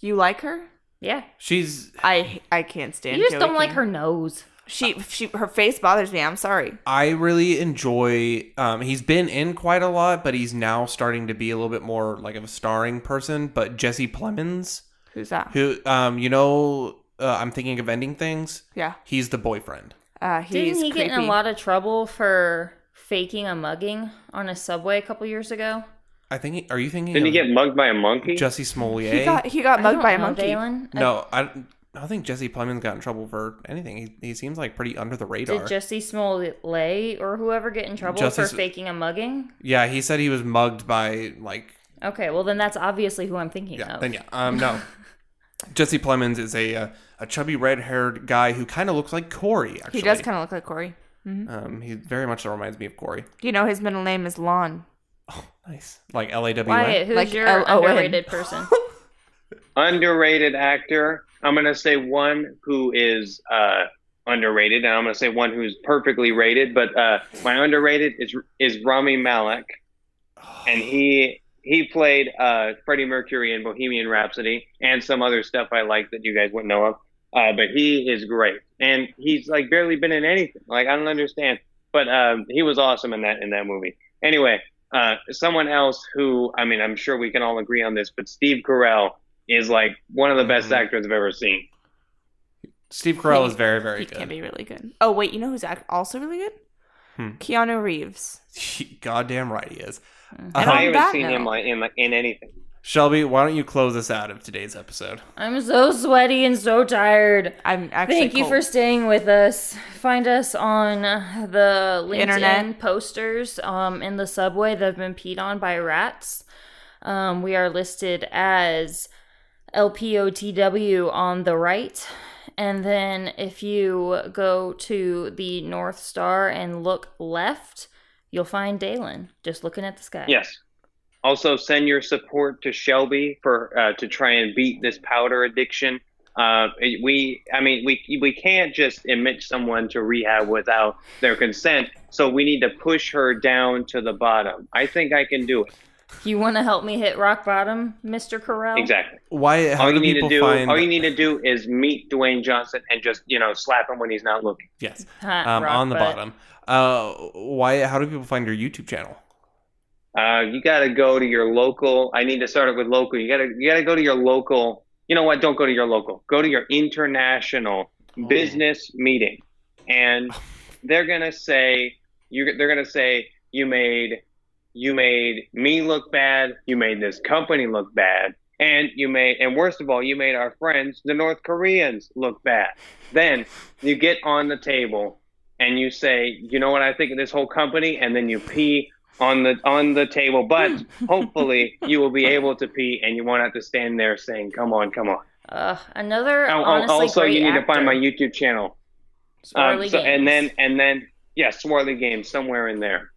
Speaker 3: You like her?
Speaker 2: yeah.
Speaker 4: She's.
Speaker 3: I I can't stand.
Speaker 2: you just
Speaker 3: Joey
Speaker 2: don't like
Speaker 3: King.
Speaker 2: her nose.
Speaker 3: She she her face bothers me. I'm sorry.
Speaker 4: I really enjoy. Um, he's been in quite a lot, but he's now starting to be a little bit more like of a starring person. But Jesse Plemons,
Speaker 3: Who's that?
Speaker 4: who, um, you know, uh, I'm thinking of ending things.
Speaker 3: Yeah.
Speaker 4: He's the boyfriend.
Speaker 3: Uh, he
Speaker 2: Didn't
Speaker 3: is
Speaker 2: he
Speaker 3: creepy.
Speaker 2: get in a lot of trouble for faking a mugging on a subway a couple years ago?
Speaker 4: I think. He, are you thinking?
Speaker 1: Didn't
Speaker 4: of
Speaker 1: he get mugged by a monkey?
Speaker 4: Jesse Smollett?
Speaker 3: He got he got
Speaker 2: I
Speaker 3: mugged
Speaker 2: don't
Speaker 3: by a
Speaker 2: know,
Speaker 3: monkey.
Speaker 2: Dalen. I-
Speaker 4: no, I. don't- I don't think Jesse Plemons got in trouble for anything. He, he seems like pretty under the radar.
Speaker 2: Did Jesse Smollett or whoever get in trouble
Speaker 4: Jesse
Speaker 2: for
Speaker 4: Sm-
Speaker 2: faking a mugging?
Speaker 4: yeah, he said he was mugged by like
Speaker 2: Okay, well then that's obviously who I'm thinking
Speaker 4: yeah.
Speaker 2: of.
Speaker 4: Then yeah, um, no. Jesse Plemons is a uh, a chubby red haired guy who kind of looks like Corey. Actually,
Speaker 3: He does kind of look like Corey.
Speaker 4: of. Um, he very much so reminds me of Corey.
Speaker 3: You know his middle name is Lon.
Speaker 4: Nice, like L A W
Speaker 2: Wyatt,
Speaker 4: N.
Speaker 2: who's
Speaker 3: Like
Speaker 2: your
Speaker 3: L-O-N.
Speaker 2: underrated person?
Speaker 1: Underrated actor. I'm going to say one who is uh, underrated, and I'm going to say one who's perfectly rated. But uh, my underrated is is Rami Malek, and he he played uh, Freddie Mercury in Bohemian Rhapsody and some other stuff I like that you guys wouldn't know of. Uh, but he is great, and he's like barely been in anything. Like I don't understand, but um, he was awesome in that in that movie. Anyway, uh, someone else who I mean I'm sure we can all agree on this, but Steve Carell is like one of the best
Speaker 4: Mhm.
Speaker 1: actors I've ever seen.
Speaker 4: Steve Carell is very very
Speaker 3: He
Speaker 4: good.
Speaker 3: can be really good. Oh wait, you know who's ac- also really good?
Speaker 4: Hmm.
Speaker 3: Keanu Reeves.
Speaker 4: Goddamn right he is.
Speaker 3: And
Speaker 4: Uh,
Speaker 1: I
Speaker 3: on that
Speaker 1: haven't seen him
Speaker 3: note-
Speaker 1: like in like, in anything.
Speaker 4: Shelby, why don't you close us out of today's episode?
Speaker 2: I'm so sweaty and so tired.
Speaker 3: I'm actually.
Speaker 2: Thank you
Speaker 3: cold.
Speaker 2: for staying with us. Find us on uh, the LinkedIn
Speaker 3: Internet.
Speaker 2: posters um, in the subway that have been peed on by rats. Um, we are listed as LPOTW on the right. And then if you go to the North Star and look left, you'll find Dalen just looking at the sky.
Speaker 1: Yes. Also, send your support to Shelby for uh, to try and beat this powder addiction. Uh, it- we, I mean, we we can't just admit someone to rehab without their consent. So we need to push her down to the bottom. I think I can do it.
Speaker 2: You want to help me hit rock bottom, Mr. Corral?
Speaker 1: Exactly.
Speaker 4: Why? How
Speaker 1: all you
Speaker 4: do
Speaker 1: need
Speaker 4: people
Speaker 1: to do,
Speaker 4: find?
Speaker 1: all you need to do is meet Dwayne Johnson and just you know slap him when he's not looking.
Speaker 4: yes,
Speaker 2: Hot
Speaker 4: um,
Speaker 2: rock
Speaker 4: on the
Speaker 2: butt.
Speaker 4: bottom. Uh, why? How do people find your YouTube channel?
Speaker 1: Uh, you got to go to your local. I need to start it with local. You got to you got to go to your local. You know what? Don't go to your local. Go to your international business meeting, and they're gonna say you. They're gonna say you made you made me look bad. You made this company look bad, and you made and worst of all, you made our friends, the North Koreans, look bad. Then you get on the table and you say, you know what I think of this whole company, and then you pee on the on the table. But hopefully, you will be able to pee, and you won't have to stand there saying, "Come on, come on."
Speaker 2: Ugh, another
Speaker 1: Oh, oh,
Speaker 2: honestly
Speaker 1: also,
Speaker 2: great
Speaker 1: you need to find my
Speaker 2: actor.
Speaker 1: YouTube channel,
Speaker 2: Swirly
Speaker 1: Um, so- and
Speaker 2: Games.
Speaker 1: then and then yeah, Swirly Games somewhere in there.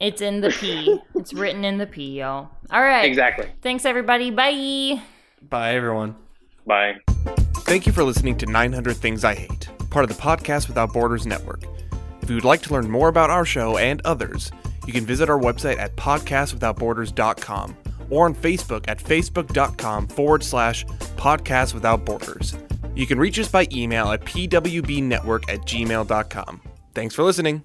Speaker 2: it's in the P. it's written in the P, y'all. All right.
Speaker 1: Exactly.
Speaker 2: Thanks, everybody. Bye.
Speaker 4: Bye, everyone.
Speaker 1: Bye.
Speaker 6: Thank you for listening to 900 Things I Hate, part of the Podcast Without Borders Network. If you would like to learn more about our show and others, you can visit our website at podcastwithoutborders.com or on Facebook at facebook.com forward slash podcast without borders. You can reach us by email at pwbnetwork at gmail.com. Thanks for listening.